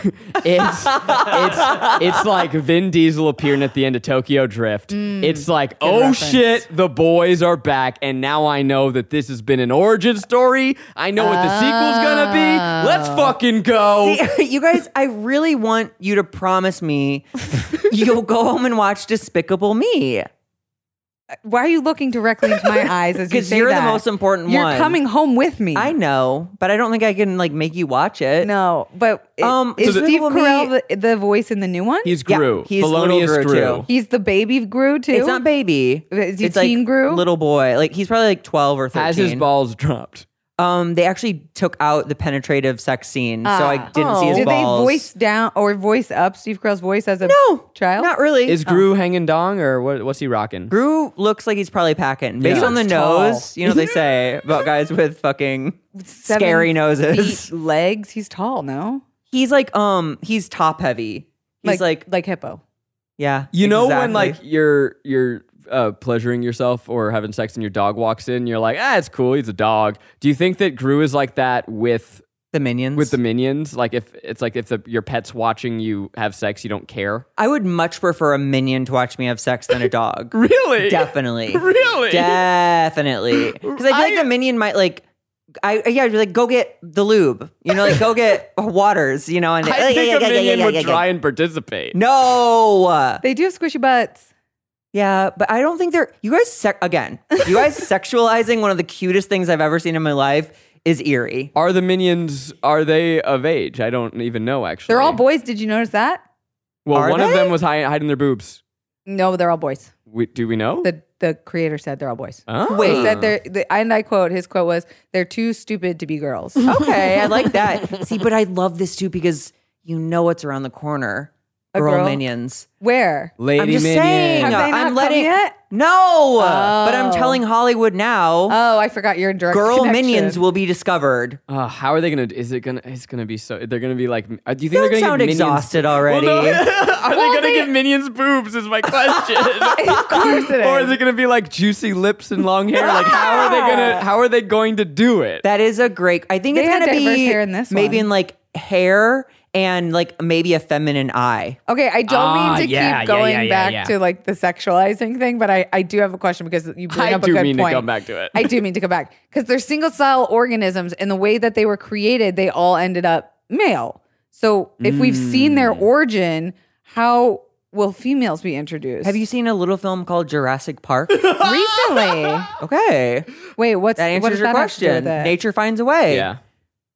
B: it's it's it's like Vin Diesel appearing at the end of Tokyo Drift. it's like, oh
D: Mm. reference.
B: shit, the boys are back, and now I know that this has been an origin story. I know what the sequel's gonna be. Let's
D: Oh.
B: fucking go.
C: See, <laughs> you guys, I really want you to promise
D: <laughs>
C: me you'll go home and watch Despicable Me.
D: why are you looking directly into my eyes
B: <laughs>
D: as you
C: Because
D: say
C: you're
D: that?
C: the most important
D: You're
C: one.
D: coming home with me.
C: I know, but I don't think I can like make you watch it.
D: no, but it-
C: Um,
D: is
C: so the-
D: Steve
C: Will we-
D: Carell the, the voice in the new one?
B: He's
C: Yeah,
B: Gru.
C: he's
B: Felonious
C: little Gru,
B: Gru.
C: too.
D: He's the baby Gru too.
C: It's not baby.
D: Is he
C: it's
D: teen
C: like
D: Gru?
C: little boy. Like he's probably like twelve or thirteen.
B: Has his balls dropped?
C: Um, they actually took out the penetrative sex scene, so I didn't see his
D: Did
C: balls.
D: Ah. Oh. they voice down or voice up Steve Carell's voice as a
C: no
D: child?
C: Not really.
B: Is Gru hanging dong or what, what's he rocking?
C: Gru looks like he's probably packing based
B: He
C: on the
D: looks tall.
C: nose. You know they
D: <laughs>
C: say about guys with fucking scary noses.
D: feet, legs. He's tall, no?
C: He's like um, he's top heavy. He's like,
D: like hippo.
C: yeah.
B: You know when
C: exactly.
B: like you're you're uh, pleasuring yourself or having sex and your dog walks in, you're like, ah, it's cool, he's a dog. Do you think that Gru is like that with
C: The minions.
B: with the minions. Like if it's like if the, your pet's watching you have sex, you don't care.
C: I would much prefer a minion to watch me have sex than a dog.
B: <laughs> <laughs> Really?
C: Definitely.
B: <laughs> Really?
C: Definitely. Because I feel like
B: I-
C: the minion might like. I yeah, I'd be like go get the lube, you know, like go
B: <laughs>
C: get waters, you know, and
B: I think a minion would try and participate.
C: No,
D: They do have squishy butts.
C: yeah, but I don't think they're. You guys, sec- again, you
B: <laughs>
C: guys sexualizing one of the cutest things I've ever seen in my life is eerie.
B: Are the minions? Are they of age? I don't even know. Actually,
D: They're all boys. Did you notice that?
B: Well,
C: Are
B: one of
C: they?
B: them was hiding, hiding their boobs.
D: No, they're all boys.
B: We, do we know?
D: The the creator said they're all boys.
B: Oh.
D: He
C: Hmm.
D: said they're, the, and I quote, his quote was, they're too stupid to
C: <laughs>
D: be girls.
C: Okay, I like that. See, but I love this too because you know what's around the corner.
D: A
C: Girl,
D: girl?
C: minions.
D: Where?
B: Lady
C: I'm just
B: minion.
C: saying.
D: Have they not
C: I'm
D: come
C: letting
D: yet?
C: no, but I'm
D: Oh.
C: telling Hollywood now.
D: Oh, I forgot you're in direct
C: girl
D: connection.
C: minions will be discovered.
B: Uh, how are they gonna? Is it gonna? It's gonna be so. They're gonna be like. uh, Do you think
C: Don't
B: they're gonna
C: sound
B: give minions-
C: exhausted
B: <laughs> Well,
C: already.
B: no. are
D: Well,
B: they gonna
D: they-
B: give minions boobs? Is my
D: <laughs>
B: question.
D: of course it is.
B: or is it gonna be like juicy lips and long hair? Like how are they
D: <laughs>
B: gonna? How are they going to do it?
C: That is a great. I think
D: They
C: it's
D: had
C: gonna
D: diverse
C: be
D: hair in this
C: maybe
D: one.
C: in like hair and like maybe a feminine eye.
D: Okay, I don't
B: Ah,
D: mean to
B: yeah, yeah,
D: keep going
B: yeah, yeah,
D: back
B: yeah.
D: to like the sexualizing thing, but I, I do have a question because you bring
B: I
D: up
B: do
D: a good
B: mean to
D: point.
B: come back to it.
D: I do mean to come back because they're single cell organisms, and the way that they were created, they all ended up male. So if we've seen their origin, how will females be introduced? <laughs>
C: Have you seen a little film called Jurassic
B: <laughs>
C: Park?
D: recently?
C: okay,
D: Wait, what's
C: that answers
D: what does
C: your
D: that have to do
C: question.
D: with it?
C: Nature finds a way.
B: yeah.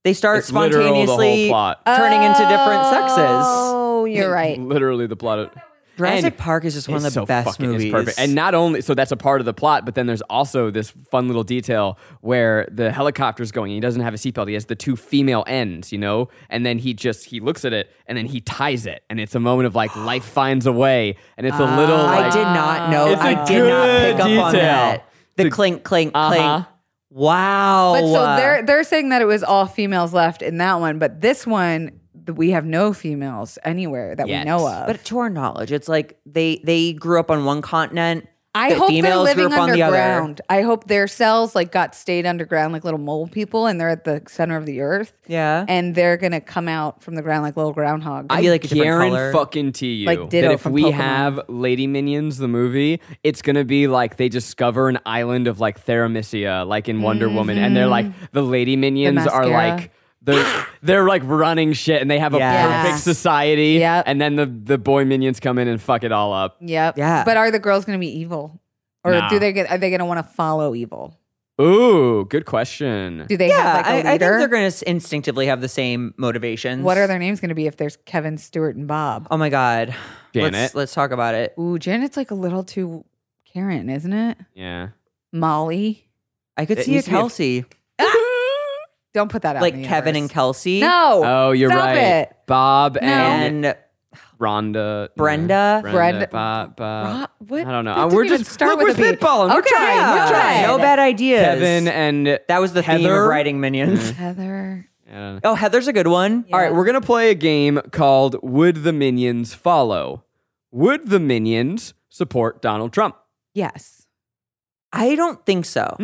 C: they start
B: It's literal, the whole
C: spontaneously
B: plot.
C: turning into different sexes.
D: Oh, you're right.
B: Literally the plot. Of,
C: Jurassic
B: And-
C: Park is just one of the
B: It's so
C: best
B: fucking-
C: movies.
B: It's perfect. And not only so that's a part of the plot, but then there's also this fun little detail where the helicopter's going. And he doesn't have a seatbelt. He has the two female ends, you know, and then he just he looks at it and then he ties it, and it's a moment of like life finds a way, and it's a little.
C: Ah, I
B: Like,
C: did not know.
B: It's a
C: I did not pick
B: good
C: up on
B: detail.
C: that. The clink, clink,
B: Uh-huh.
C: clink. Wow.
D: But so they're they're saying that it was all females left in that one, but this one th- we have no females anywhere that
B: Yet.
D: we know of.
C: But to our knowledge, it's like they they grew up on one continent.
D: I
C: the
D: hope they're
C: females grew
D: living
C: up on the other.
D: underground. I hope their cells like got stayed underground like little mole people, and they're at the center of the earth.
C: Yeah.
D: and they're gonna come out from the ground like little groundhogs.
C: I- be like a different
B: Guaran
C: color.
B: fucking to you.
D: Like Ditto
B: that if
D: from
B: we
D: Pokemon.
B: have Lady Minions, the movie, it's gonna be like they discover an island of like Theramisia, like in Wonder Woman, and they're like the Lady Minions are
D: mascara.
B: like they're they're like running shit, and they have a
C: Yes.
B: perfect society.
D: Yep.
B: And then the the boy minions come in and fuck it all up.
D: yep.
C: Yeah.
D: But are the girls gonna be evil, or
B: Nah.
D: do they get? Are they gonna want to follow evil?
B: Ooh, good question.
D: Do they
C: Yeah,
D: have like a
C: I-
D: leader?
C: I, think they're going to instinctively have the same motivations.
D: what are their names gonna be if there's Kevin Stewart and Bob?
C: Oh my god,
B: Janet.
C: Let's, let's talk about it.
D: Ooh, Janet's like a little too Karen, isn't it?
B: Yeah.
D: Molly.
C: I could
B: It
C: see a
B: needs to be a-
C: Kelsey,
D: <laughs> Don't put that out.
C: Ah! like
D: in the
C: Kevin and
D: universe.
C: Kelsey.
D: No.
B: Oh, you're
D: Stop
B: right.
D: It.
B: Bob and
C: and Brenda.
B: Rhonda, Brenda,
D: Brenda-
B: Bob, Bob.
D: Ro- what?
B: I don't know.
D: That
B: Uh,
D: didn't
B: We're
D: even
B: just
D: start
B: look,
D: with
B: we're
D: a B.
B: spitballing. We're
D: Okay,
B: trying.
D: yeah.
B: We're trying.
C: no
D: Good.
C: bad ideas.
B: Kevin and
C: that was the theme of
B: Heather? Mm.
C: writing minions.
D: Heather.
B: Yeah.
C: <laughs> Oh, Heather's a good one.
B: All right, we're gonna play a game called "Would the Minions Follow?" Would the minions support Donald Trump?
D: Yes.
C: I don't think so.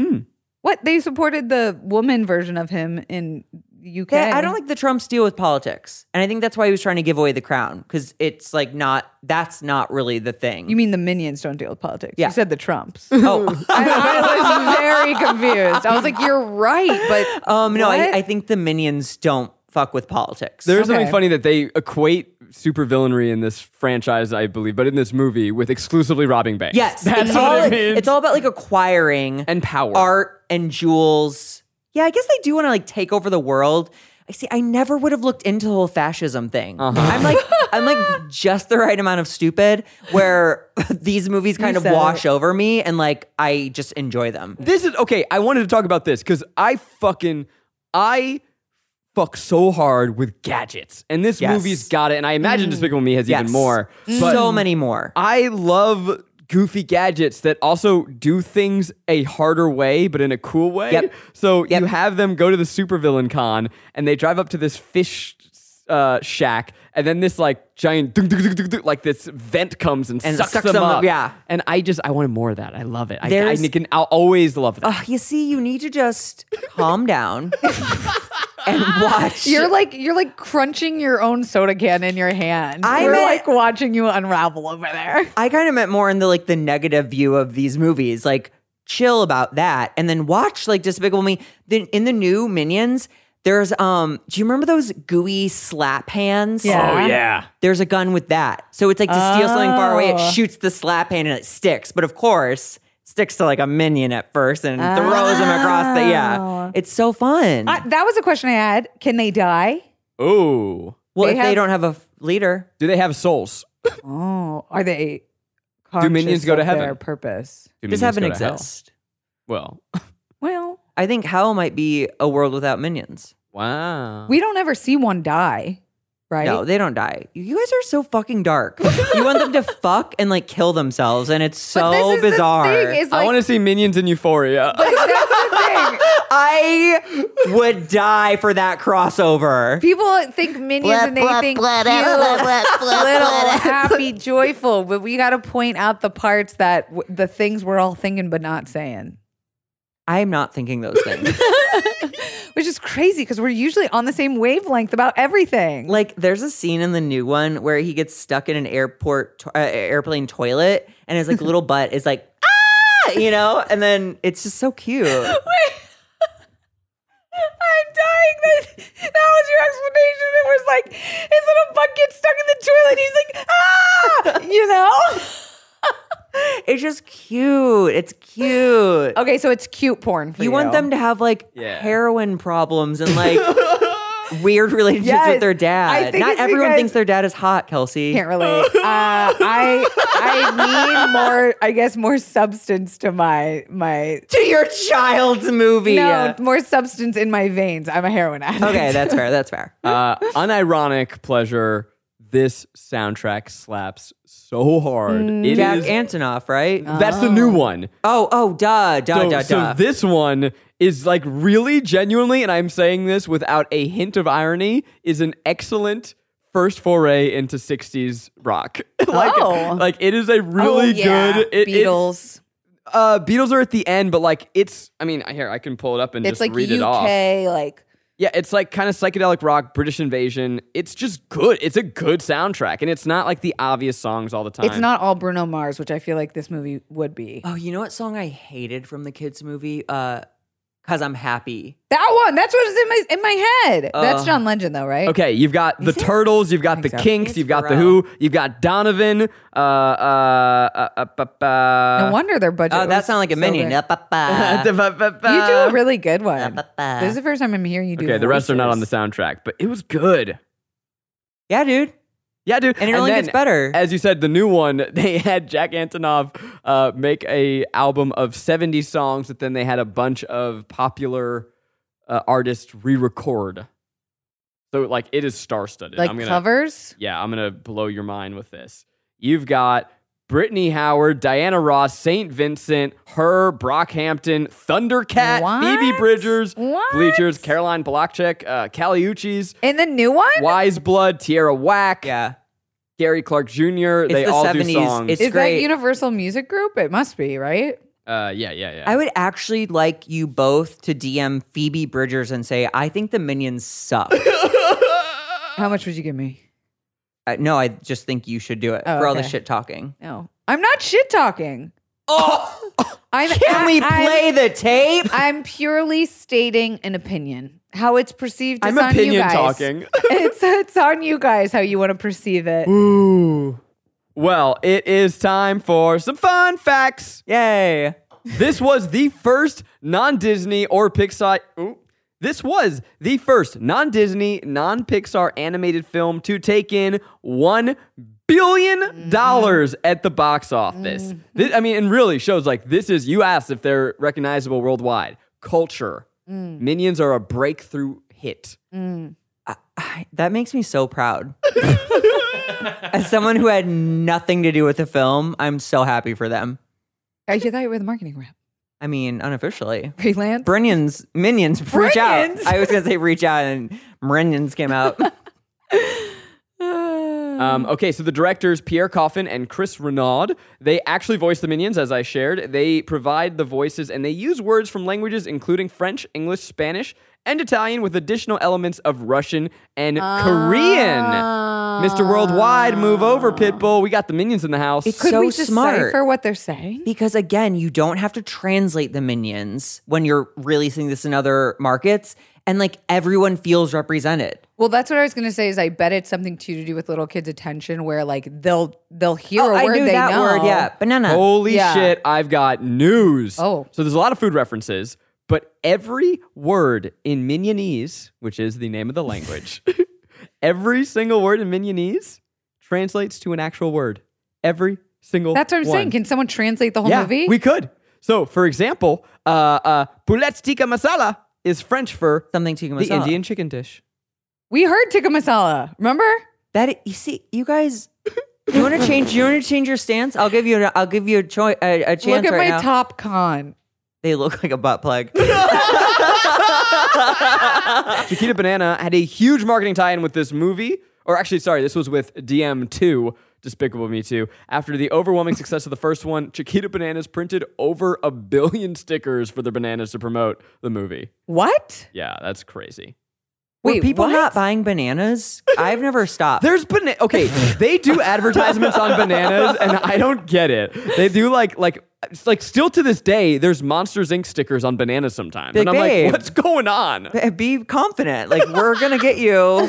D: What they supported the woman version of him in the UK.
C: Yeah, I don't like the Trumps deal with politics, and I think that's why he was trying to give away the crown because it's like not that's not really the thing.
D: You mean the minions don't deal with politics?
C: Yeah.
D: You said the Trumps. <laughs>
C: Oh,
D: I, I was very confused. I was like, "You're right,"
C: <laughs>
D: but
C: um, no,
D: What?
C: I, I think the minions don't fuck with politics.
B: There's something
D: Okay.
B: funny that they equate supervillainry in this franchise, I believe, but in this movie with exclusively robbing banks.
C: yes,
B: <laughs> that's
C: it's
B: what
C: all,
B: it means.
C: It's all about like acquiring
B: and power.
C: art and jewels. Yeah, I guess they do want to like take over the world. I see. I never would have looked into the whole fascism thing.
B: Uh-huh.
C: I'm like, I'm like just the right amount of stupid where <laughs> these movies kind of
D: said
C: wash over me, and like I just enjoy them.
B: This is okay. I wanted to talk about this because I fucking I fuck so hard with gadgets, and this
C: Yes. Mm.
B: movie's got it. And I imagine Despicable Me has even
C: Yes. Mm.
B: more. But
C: so many more.
B: I love goofy gadgets that also do things a harder way, but in a cool way.
C: Yep.
B: So
C: Yep.
B: you have them go to the supervillain con, and they drive up to this fish uh, shack, and then this like giant dunk, dunk, dunk, dunk, dunk, like this vent comes and,
C: And
B: sucks,
C: sucks
B: them,
C: them
B: up.
C: up, yeah.
B: And I just I wanted more of that. I love it. I, I
C: There's- Uh,
B: can I'll always love that.
C: Ugh, you see, you need to just calm down. and watch.
D: You're like you're like crunching your own soda can in your hand.
C: I
D: We're
C: meant-
D: like watching you unravel over there.
C: I kind of meant more in the like the negative view of these movies, like chill about that, and then watch like Despicable Me. Then in the new Minions, there's um, do you remember those gooey slap hands?
D: Yeah.
E: Oh yeah.
C: There's a gun with that, so it's like to steal something far away. It shoots the slap hand and it sticks, but of course. Sticks to like a minion at first and throws him across the yeah. It's so fun.
D: Uh, that was a question Oh. I had. Can they die?
C: Uh-huh.
B: Ooh.
C: well,
D: they
C: if
D: have-
C: they don't have a f- leader,
B: Do they have souls?
D: Oh, are they?
B: minions
D: conscious
B: go to
D: of
B: heaven?
D: Their purpose.
B: Do
C: just
B: minions
C: haven't
B: go to hell?
C: exist.
B: Well,
D: Well,
C: I think hell might be a world without minions.
B: wow.
D: we don't ever see one die, right?
C: No, they don't die. You guys are so fucking dark. <laughs> you want them to fuck and like kill themselves, and it's
D: But
C: so
D: this is the
C: bizarre.
D: thing, is
B: I
D: like-
B: want to see minions in Euphoria.
D: that's the thing.
C: I would die for that crossover.
D: People think minions and they think cute, <laughs> little, happy, joyful. But we got to point out the parts that w- the things we're all thinking but not saying,
C: I am not thinking those things.
D: <laughs> which is crazy because we're usually on the same wavelength about everything.
C: like, there's a scene in the new one where he gets stuck in an airport to- uh, airplane toilet, and his like little butt is like ah, you know, and then it's just so cute.
D: I'm dying. That, that was your explanation. It was like his little butt gets stuck in the toilet. He's like, ah, you know?
C: It's just cute. It's cute.
D: Okay, so it's cute porn for you.
C: You want them to have like
B: Yeah.
C: heroin problems and
D: <laughs>
C: like weird relationships
D: Yes.
C: with their
D: I
C: dad.
D: think
C: Not
D: it's
C: everyone
D: because-
C: thinks their dad is hot, Kelsey. <laughs>
D: Can't relate. Uh, I I need more. I guess more substance to my my.
C: To your child's movie.
D: No, more substance in my veins. I'm a heroin addict.
C: Okay, that's fair. That's fair.
B: uh, unironic pleasure. This soundtrack slaps so hard. <laughs>
D: Mm,
B: It
C: Jack
B: is-
C: Antonoff, right?
D: Uh.
B: that's the new one.
C: oh, oh, duh, duh,
B: So,
C: duh,
B: so
C: duh.
B: this one is like really genuinely, and I'm saying this without a hint of irony, is an excellent first foray into 60s rock. <laughs> like,
D: Oh.
B: like it is a really good it- it's-
D: Beatles.
B: uh, Beatles are at the end, but like it's. I mean, here I can pull it up and
D: It's,
B: just
D: like
B: read
D: UK.
B: it off.
D: Like
B: Yeah, it's like kind of psychedelic rock, British invasion. It's just good. It's a good soundtrack, and it's not like the obvious songs all the time.
D: it's not all Bruno Mars, which I feel like this movie would be.
C: oh, you know what song I hated from the kids' movie? Uh, Cause I'm happy.
D: That one. That's what is in my in my head.
B: Uh,
D: that's John Legend, though, right?
B: Okay, you've got the Turtles, you've got the
D: think so.
B: Kinks,
C: It's
B: you've got the
C: Pharrell.
B: Who, you've got Donovan. Uh, uh, uh, uh, bu- bu-
D: No wonder their budget.
C: Oh, that
D: was
C: sounded like a
D: so
C: minion.
D: big.
C: Uh, ba,
B: <laughs>
C: ba.
B: bu- bu- bu-
D: You do a really good one.
C: ba, ba.
D: This is the first time I'm hearing you do.
B: Okay, the rest are not on the
D: voices.
B: soundtrack, but it was good.
C: yeah, dude.
B: Yeah, dude.
C: And it only gets better.
B: As you said, the new one, <laughs> they had Jack Antonoff uh, make a album of 70 songs that then they had a bunch of popular uh, artists re-record. So like it is star-studded.
D: Like
B: I'm gonna,
D: covers.
B: Yeah, I'm going to blow your mind with this. You've got Brittany Howard, Diana Ross, St. Vincent, Her, Brockhampton, Thundercat,
D: What?
B: Phoebe Bridgers,
D: What?
B: Bleachers, Caroline Blockcheck, uh, Callie Uchis,
D: In the new one?
B: Wise Blood, Tierra Whack.
C: Yeah.
B: Gary Clark Jr.
C: the
B: they all do
C: 70s.
B: songs.
C: It's-
D: Is that
C: great.
D: Universal Music Group? It must be, right?
B: uh, yeah, yeah, yeah.
C: I would actually like you both to DM Phoebe Bridgers and say, I think the minions <laughs> suck.
D: How much would you give me?
C: Uh, no, I just think you should do it
D: Oh,
C: for all the
D: okay.
C: shit talking.
D: No. I'm not shit talking.
C: <laughs> Oh,
D: I'm
C: can we
D: I- I'm-
C: play the tape?
D: I'm purely stating an opinion. How it's perceived is
B: I'm
D: on you
B: opinion
D: guys. <laughs>
B: talking.
D: it's it's on you guys how you want to perceive it.
B: Ooh. Well, it is time for some fun facts.
C: Yay.
B: This was the first non-Disney or Pixar. Ooh. This was the first non-Disney, non-Pixar animated film to take in one billion
D: Mm-hmm.
B: dollars at the box office. Thi- I mean, and really shows like this is you asked if they're recognizable worldwide. Culture.
D: Mm.
B: Minions are a breakthrough hit.
C: That makes me so proud. <laughs> As someone who had nothing to do with the film, I'm so happy for them.
D: I thought you were the marketing rep.
C: I mean, unofficially.
D: Freelance.
C: Brinions, minions, reach out.
D: Brinions? <laughs>
C: I was going to say reach out and Brinions came out.
B: Um, okay, so the directors Pierre Coffin and Chris Renaud, they actually voice the minions, as I shared. They provide the voices and they use words from languages including French, English, Spanish, and Italian, with additional elements of Russian and Korean. Mr. Worldwide, move over, Pitbull. We got the minions in the house.
C: It's
D: Could
C: so
D: we just
C: smart.
D: for what they're saying?
C: because again, you don't have to translate the minions when you're releasing this in other markets, and like everyone feels represented.
D: Well, that's what I was gonna say. Is I bet it's something too to do with little kids' attention, where like they'll they'll hear
C: oh,
D: a
C: I
D: word
C: knew
D: they
C: that
D: know.
C: word, yeah, banana.
B: Holy
D: Yeah.
B: shit, I've got news.
D: Oh.
B: So there's a lot of food references, but every word in Minionese, which is the name of the
D: <laughs>
B: language, every single word in Minionese translates to an actual word. Every single
D: That's what I'm
B: one.
D: saying. Can someone translate the whole
B: yeah,
D: movie?
B: we could. So, for example, uh, uh, poulet tikka masala is French for
C: Something to
B: the Indian chicken dish.
D: We heard tikka masala. Remember?
C: That you see, you guys, you want to change? You want to change your stance? I'll give you. An, I'll give you a, choi- a, a chance
D: Look at
C: right
D: my
C: now.
D: top con.
C: They look like a butt
D: <laughs>
C: plug.
B: Chiquita Banana had a huge marketing tie-in with this movie, or actually, sorry, this was with DM2, Despicable Me 2. After the overwhelming success of the first one, Chiquita Bananas printed over a billion stickers for their bananas to promote the movie.
D: What?
B: Yeah, that's crazy.
C: Were people
D: what?
C: not buying
D: <laughs>
C: bananas? I've never stopped.
B: There's banana. Okay,
C: <laughs>
B: they do advertisements on bananas, and I don't get it. They do like like it's like still to this day. There's Monsters Inc. stickers on bananas sometimes,
C: Big
B: and I'm
C: babe.
B: like, what's going on?
C: Be confident. Like we're gonna get
D: <laughs>
C: you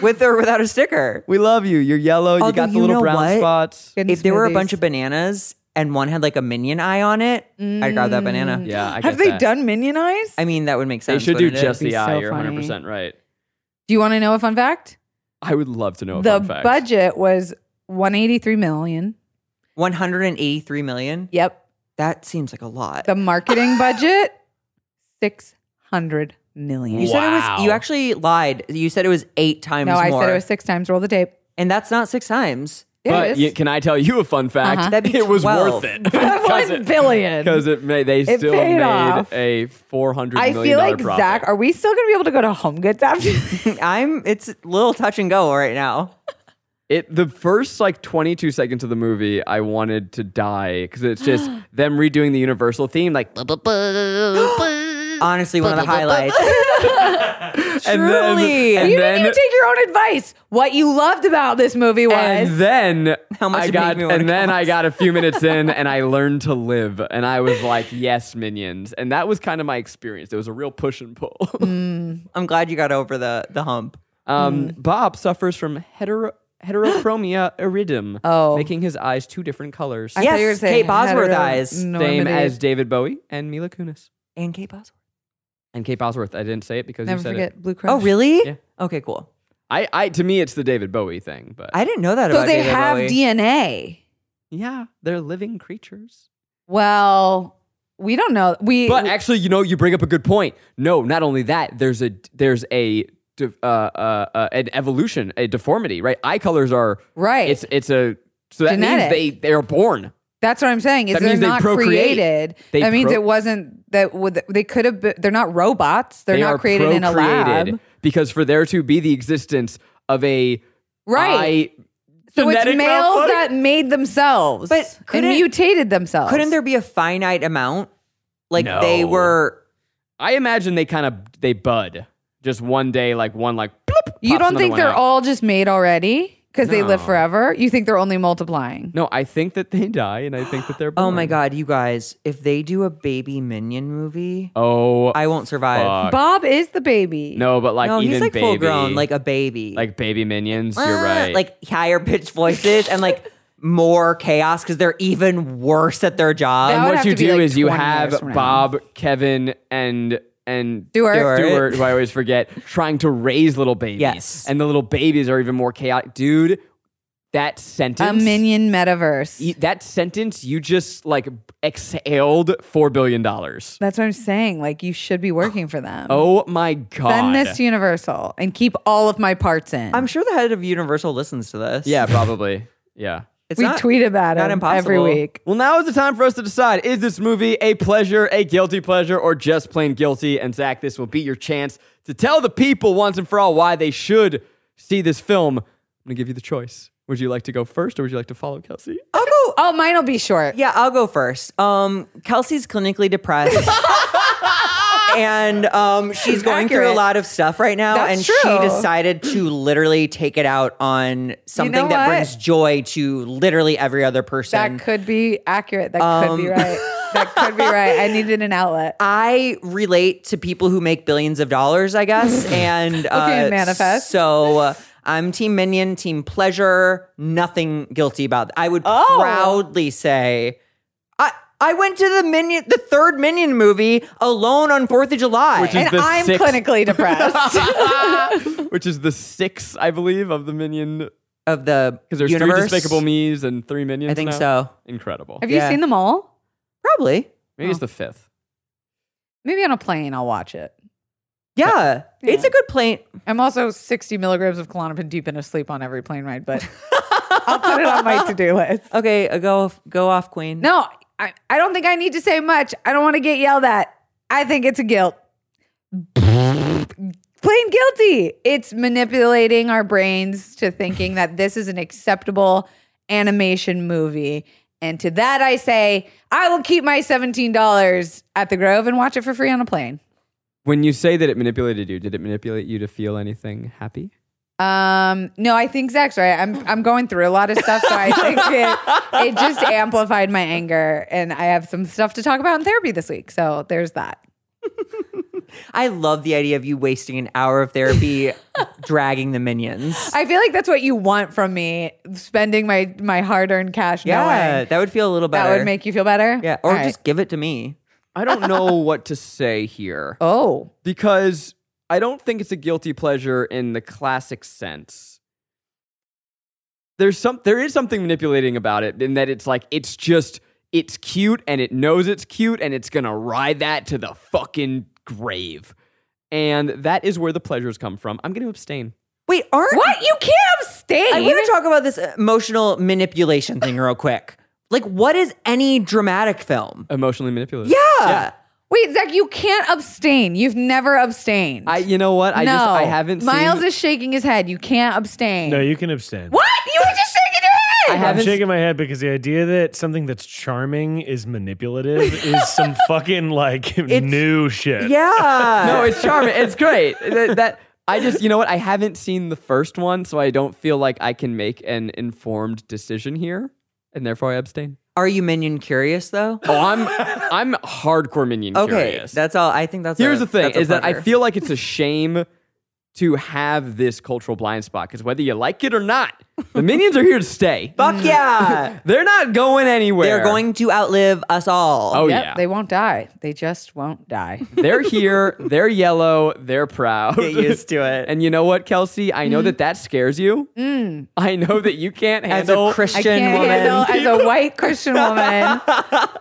C: with or without a sticker.
B: We love you. You're yellow. you
C: Although
B: got the
C: you
B: little
C: know
B: brown
C: what?
B: spots.
D: Goodness
C: If there were a
D: smoothies.
C: bunch of bananas and one had like a minion eye on it, I'd grab that
D: Mm.
C: banana.
B: Yeah, I get
D: have they
B: that.
D: done Minion Eyes?
C: I mean that would make
B: They
C: sense.
B: should do
C: wouldn't it?
B: just
D: Be
B: the eye.
D: so
B: You're
D: funny.
B: 100% right.
D: Do you want to know a fun fact?
B: I would love to know a
D: the
B: fun fact.
D: budget was 183 million.
C: 183 million.
D: Yep.
C: That seems like a lot.
D: The marketing budget 600 million.
C: You said it was. You
B: Wow.
C: actually lied. You said it was eight times.
D: no, I
C: more.
D: said it was six times. Roll the tape.
C: and that's not six times. <laughs>
D: Yeah,
B: But
D: it
B: y-
D: is.
B: can I tell you a fun fact?
D: Uh-huh.
C: That'd be
B: it was
C: 12.
B: worth it.
D: <laughs> One billion.
B: Because it made, they
D: It
B: still
D: paid
B: made
D: off.
B: a four hundred
D: I
B: million
D: feel like
B: dollar
D: Zach.
B: profit.
D: Are we still gonna be able to go to Home Goods after? this?
C: I'm. It's a little touch and go right now.
B: it the first like twenty two seconds of the movie, I wanted to die because it's
D: <gasps>
B: just them redoing the Universal theme, like,
C: Honestly, one of the
D: <laughs>
C: highlights.
B: and then,
C: Truly.
B: and
D: you
B: then,
D: didn't even take your own advice. What you loved about this movie was
B: and then
C: How much
B: I
C: it made
B: got,
C: me wanna
B: and then
C: come
B: I got a
D: <laughs>
B: few minutes in, and I learned to live, and I was like, yes, minions, and that was kind of my experience. It was a real push and pull. <laughs>
C: I'm glad you got over the the hump.
B: Um,
D: Mm-hmm.
B: Bob suffers from hetero-
D: <gasps>
B: heterochromia iridum,
D: Oh.
B: making his eyes two different colors,
D: I
C: Yes,
D: thought you were saying
C: Kate Bosworth
D: heteronormative.
C: eyes.
B: same as David Bowie and Mila Kunis
C: And Kate Bosworth.
B: and Kate Bosworth. I didn't say it because
D: Never
B: you said
D: forget
B: it.
D: Blue Crush.
C: Oh, really?
B: Yeah.
C: Okay, cool.
B: I, I, to me, it's the David Bowie thing, but
C: I didn't know that
D: So
C: about
D: they
C: David
D: have
C: Bowie.
D: DNA.
B: yeah, they're living creatures.
D: Well, we don't know. We
B: But actually, you know, you bring up a good point. No, not only that, there's a there's a de- uh, uh, uh, an evolution, a deformity, right? Eye colors are
D: Right.
B: It's it's a so that means
D: Genetic.
B: they they're born.
D: that's what I'm saying. Is
B: That
D: they're
B: means they
D: not
B: procreate.
D: created.
B: They
D: that means
B: pro-
D: it wasn't that would they could have. Been, they're not robots. They're
B: They
D: not
B: are
D: created in a
B: procreated
D: lab.
B: because for there to be the existence of a
D: Right.
B: eye-
D: so it's
B: genetic
D: males
B: malfunction-
D: that made themselves,
C: But
D: and
C: couldn't-
D: mutated themselves.
C: Couldn't there be a finite amount? Like they
B: No.
C: were.
B: I imagine they kind of they bud just one day, like one like. Bloop, pops
D: You don't
B: another
D: think
B: one
D: they're
B: out.
D: all just made already because they live
B: No.
D: forever? You think they're only multiplying?
B: No, I think that they die, and I think that
D: <gasps>
B: they're. Born.
C: Oh my god, you guys! If they do a baby minion movie,
B: Oh,
C: I won't survive.
B: fuck.
D: Bob is the baby.
B: no, but like
C: no,
B: even
C: he's like
B: baby,
C: full grown, like a baby.
B: like baby minions. You're
D: Uh,
C: "Ah,"
B: right.
C: Like higher pitched voices and like more chaos because they're even worse at their
D: That
C: job.
D: would
B: what
D: have
B: you
D: to be,
B: do
D: like,
B: is you
D: 20 years
B: have
D: from now.
B: Bob, Kevin, and and
D: Stuart.
B: Stuart,
C: Stuart.
B: who I always forget, trying to raise little babies.
C: Yes.
B: and the little babies are even more chaotic. Dude, that
D: A
B: sentence.
D: minion metaverse.
B: y- that sentence you just like exhaled four billion dollars.
D: That's what I'm saying. Like you should be working for them.
B: Oh my god!
D: Send this to Universal and keep all of my parts in.
C: I'm sure the head of Universal listens to this.
B: yeah, probably. Yeah.
C: it's
D: we
C: not-
D: tweet about
C: not
D: it every
C: impossible.
D: week.
B: Well, now is the time for us to decide is this movie a pleasure, a guilty pleasure, or just plain guilty? And Zach, this will be your chance to tell the people once and for all why they should see this film. I'm going to give you the choice. Would you like to go first or would you like to follow <laughs> Kelsey?
C: I'll go.
D: Oh, mine'll be short.
C: Yeah, I'll go first. Um, Kelsey's clinically
D: <laughs>
C: depressed. And um, she's going through
D: Accurate.
C: a lot of stuff right now,
D: That's
C: and
D: true.
C: she decided to literally take it out on something
D: know
C: that
D: what?
C: brings joy to literally every other person.
D: That could be accurate. That could be
B: Um.
D: right. That could be right. I needed an outlet.
C: I relate to people who make billions of dollars, I
D: <laughs>
C: guess. And uh,
D: Okay, manifest.
C: So uh, I'm team minion, team pleasure. Nothing guilty about. That. I would
D: Oh.
C: proudly say, I I went to the minion, the third minion movie alone on Fourth of July.
B: Which
C: <laughs>
B: is
D: And
B: the
D: I'm
B: sixth- <laughs>
D: clinically depressed.
B: Which is the six, I believe, of the Minion.
C: of
B: <laughs>
C: the
B: Because there's
C: universe.
B: three Despicable Me's and three Minions.
C: I think
B: now.
C: so.
B: Incredible.
D: Have you
C: Yeah.
D: seen them all?
C: Probably.
B: Maybe it's the fifth.
D: Maybe on a plane, I'll watch it.
C: Yeah, it's a good plane.
D: I'm also 60 milligrams of Klonopin deep in a sleep on every plane ride, but I'll put it on my to do list.
C: Okay, uh, go off- go off, Queen.
D: No, I, I don't think I need to say much. I don't want to get yelled at. I think it's a guilt. Plain guilty. It's manipulating our brains to thinking that this is an acceptable animation movie. And to that I say, I will keep my $17 at the Grove and watch it for free on a plane.
B: When you say that it manipulated you, did it manipulate you to feel anything happy?
D: Um, no, I think Zach's right. I'm I'm going through a lot of stuff, so
B: <laughs>
D: I think it, it just amplified my anger, and I have some stuff to talk about in therapy this week. So there's that.
C: I love the idea of you wasting an hour of
D: <laughs>
C: therapy dragging the minions.
D: I feel like that's what you want from me, spending my my hard earned cash.
C: Yeah,
D: knowing
C: that would feel a little better.
D: that would make you feel better.
C: Yeah, or
D: All right.
C: just give it to me.
B: I don't know what to say <laughs> here.
D: oh,
B: because I don't think it's a guilty pleasure in the classic sense. There's some there is something manipulating about it in that it's like it's just it's cute and it knows it's cute and it's going to ride that to the fucking grave. And that is where the pleasures come from. I'm going to abstain.
C: Wait, aren't
D: what you can't abstain.
C: I want to talk about this emotional manipulation thing real quick. Like, what is any dramatic film?
B: Emotionally manipulative.
C: Yeah.
D: Wait, Zach, you can't abstain. You've never abstained.
B: I you know what? I
D: no,
B: just I haven't
D: Miles
B: seen
D: is shaking his head. You can't abstain.
E: No, you can abstain.
D: what? You were just shaking your
B: I
D: head.
E: I'm
B: haven't
E: shaking my head because the idea that something that's charming is manipulative is some fucking like new shit.
C: Yeah.
B: <laughs>
C: <laughs>
B: No, it's charming. It's great. That, that- I just, you know what? I haven't seen the first one, so I don't feel like I can make an informed decision here, and therefore I abstain.
C: Are you minion curious though?
B: Oh, I'm I'm hardcore minion
C: Okay,
B: curious.
C: that's all. I think that's.
B: Here's
C: a-
B: the thing:
C: that's a
B: is that I
C: pleasure.
B: feel like it's a shame to have this cultural blind spot because whether you like it or not, the minions are here to stay.
D: Mm.
C: Fuck
B: <laughs>
C: yeah!
B: They're not going anywhere.
C: They're going to outlive us all.
B: Oh
D: Yep,
B: yeah,
D: They won't die. They just won't die.
B: they're here. They're yellow. They're proud.
C: get used to it.
B: <laughs> And you know what, Kelsey? I know
D: Hmm?
B: that that scares you. I know that you can't
C: as a
B: handle.
D: I
C: Christian
D: can't
C: woman,
D: handle as a white Christian woman.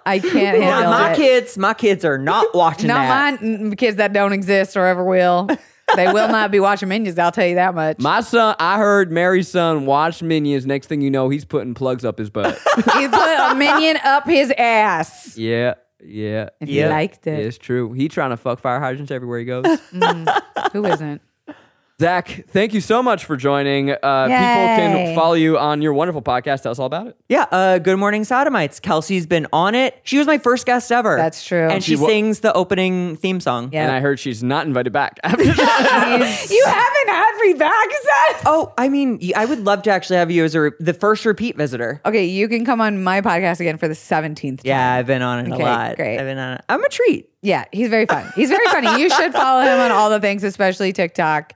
D: I can't
C: my,
D: handle
C: my
D: it.
C: kids, my kids are not watching
D: Not
C: that.
D: mine mm, kids that don't exist or ever will. They will not be watching Minions. I'll tell you that much.
B: My son, I heard Mary's son watch Minions. Next thing you know, he's putting plugs up his
D: <laughs>
B: butt.
D: <laughs> he put a minion up his ass.
B: yeah, yeah.
D: And
B: yeah.
D: he liked
B: Yeah,
D: it.
B: it's true. He trying to fuck fire hydrants everywhere he goes. <laughs>
D: Who isn't?
B: Zach, thank you so much for joining. Uh, people can
D: Yay.
B: follow you on your wonderful podcast. Tell us all about it.
C: Yeah, uh, Good Morning Sodomites. Kelsey's been on it. She was my first guest ever.
D: That's true.
C: And she,
B: She wa-
C: sings the opening theme song.
D: Yeah.
B: And I heard she's not invited back. <laughs> After that.
D: you haven't had me back, Seth.
C: Oh, I mean, y- I would love to actually have you as a re- the first repeat visitor.
D: Okay, you can come on my podcast again for the seventeenth.
C: Yeah, I've been on it
D: Okay,
C: a lot.
D: great.
C: I've been on it. I'm a treat.
D: Yeah, he's very fun. He's very funny. You
C: <laughs>
D: should follow him on all the things, especially TikTok,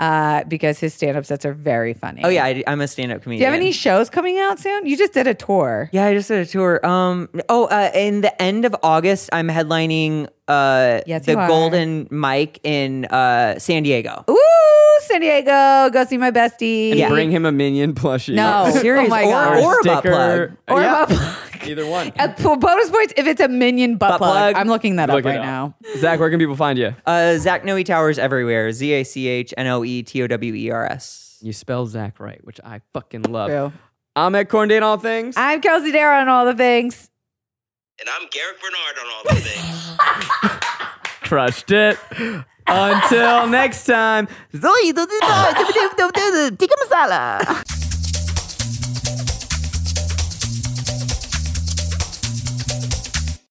D: uh, because his stand-up sets are very funny.
C: Oh yeah, I, am a stand-up
D: Do you
C: comedian.
D: have any shows coming out soon? You just did a tour.
C: Yeah, I just did a tour. Um, oh, uh, in the end of August, I'm headlining uh
D: Yes,
C: the
D: you are. Oh,
C: Golden Mike in uh San Diego.
D: Ooh, San Diego, go see my bestie.
B: And bring him a minion plushie.
D: No. Oh,
C: Serious
D: oh my
C: or,
D: God.
C: or a butt
B: sticker.
C: plug.
D: Or
B: Yeah.
D: a butt plug.
B: Either one.
D: Uh, for bonus points if it's a minion butt,
C: Butt
D: plug.
C: plug.
D: I'm looking that
B: Look
D: up
B: it
D: right
B: up.
D: now.
B: Zach, where can people find you?
C: Uh, Zach Noe Towers everywhere. Z A C H N O E T O W E R S.
B: You spell Zach right, which I fucking love.
D: True.
B: I'm at Corn Date All Things.
D: I'm Kelsey Dara on all the things.
A: And I'm Garrick Bernard on all the things.
B: Crushed it. Until next time.
C: Zoe, tikka masala.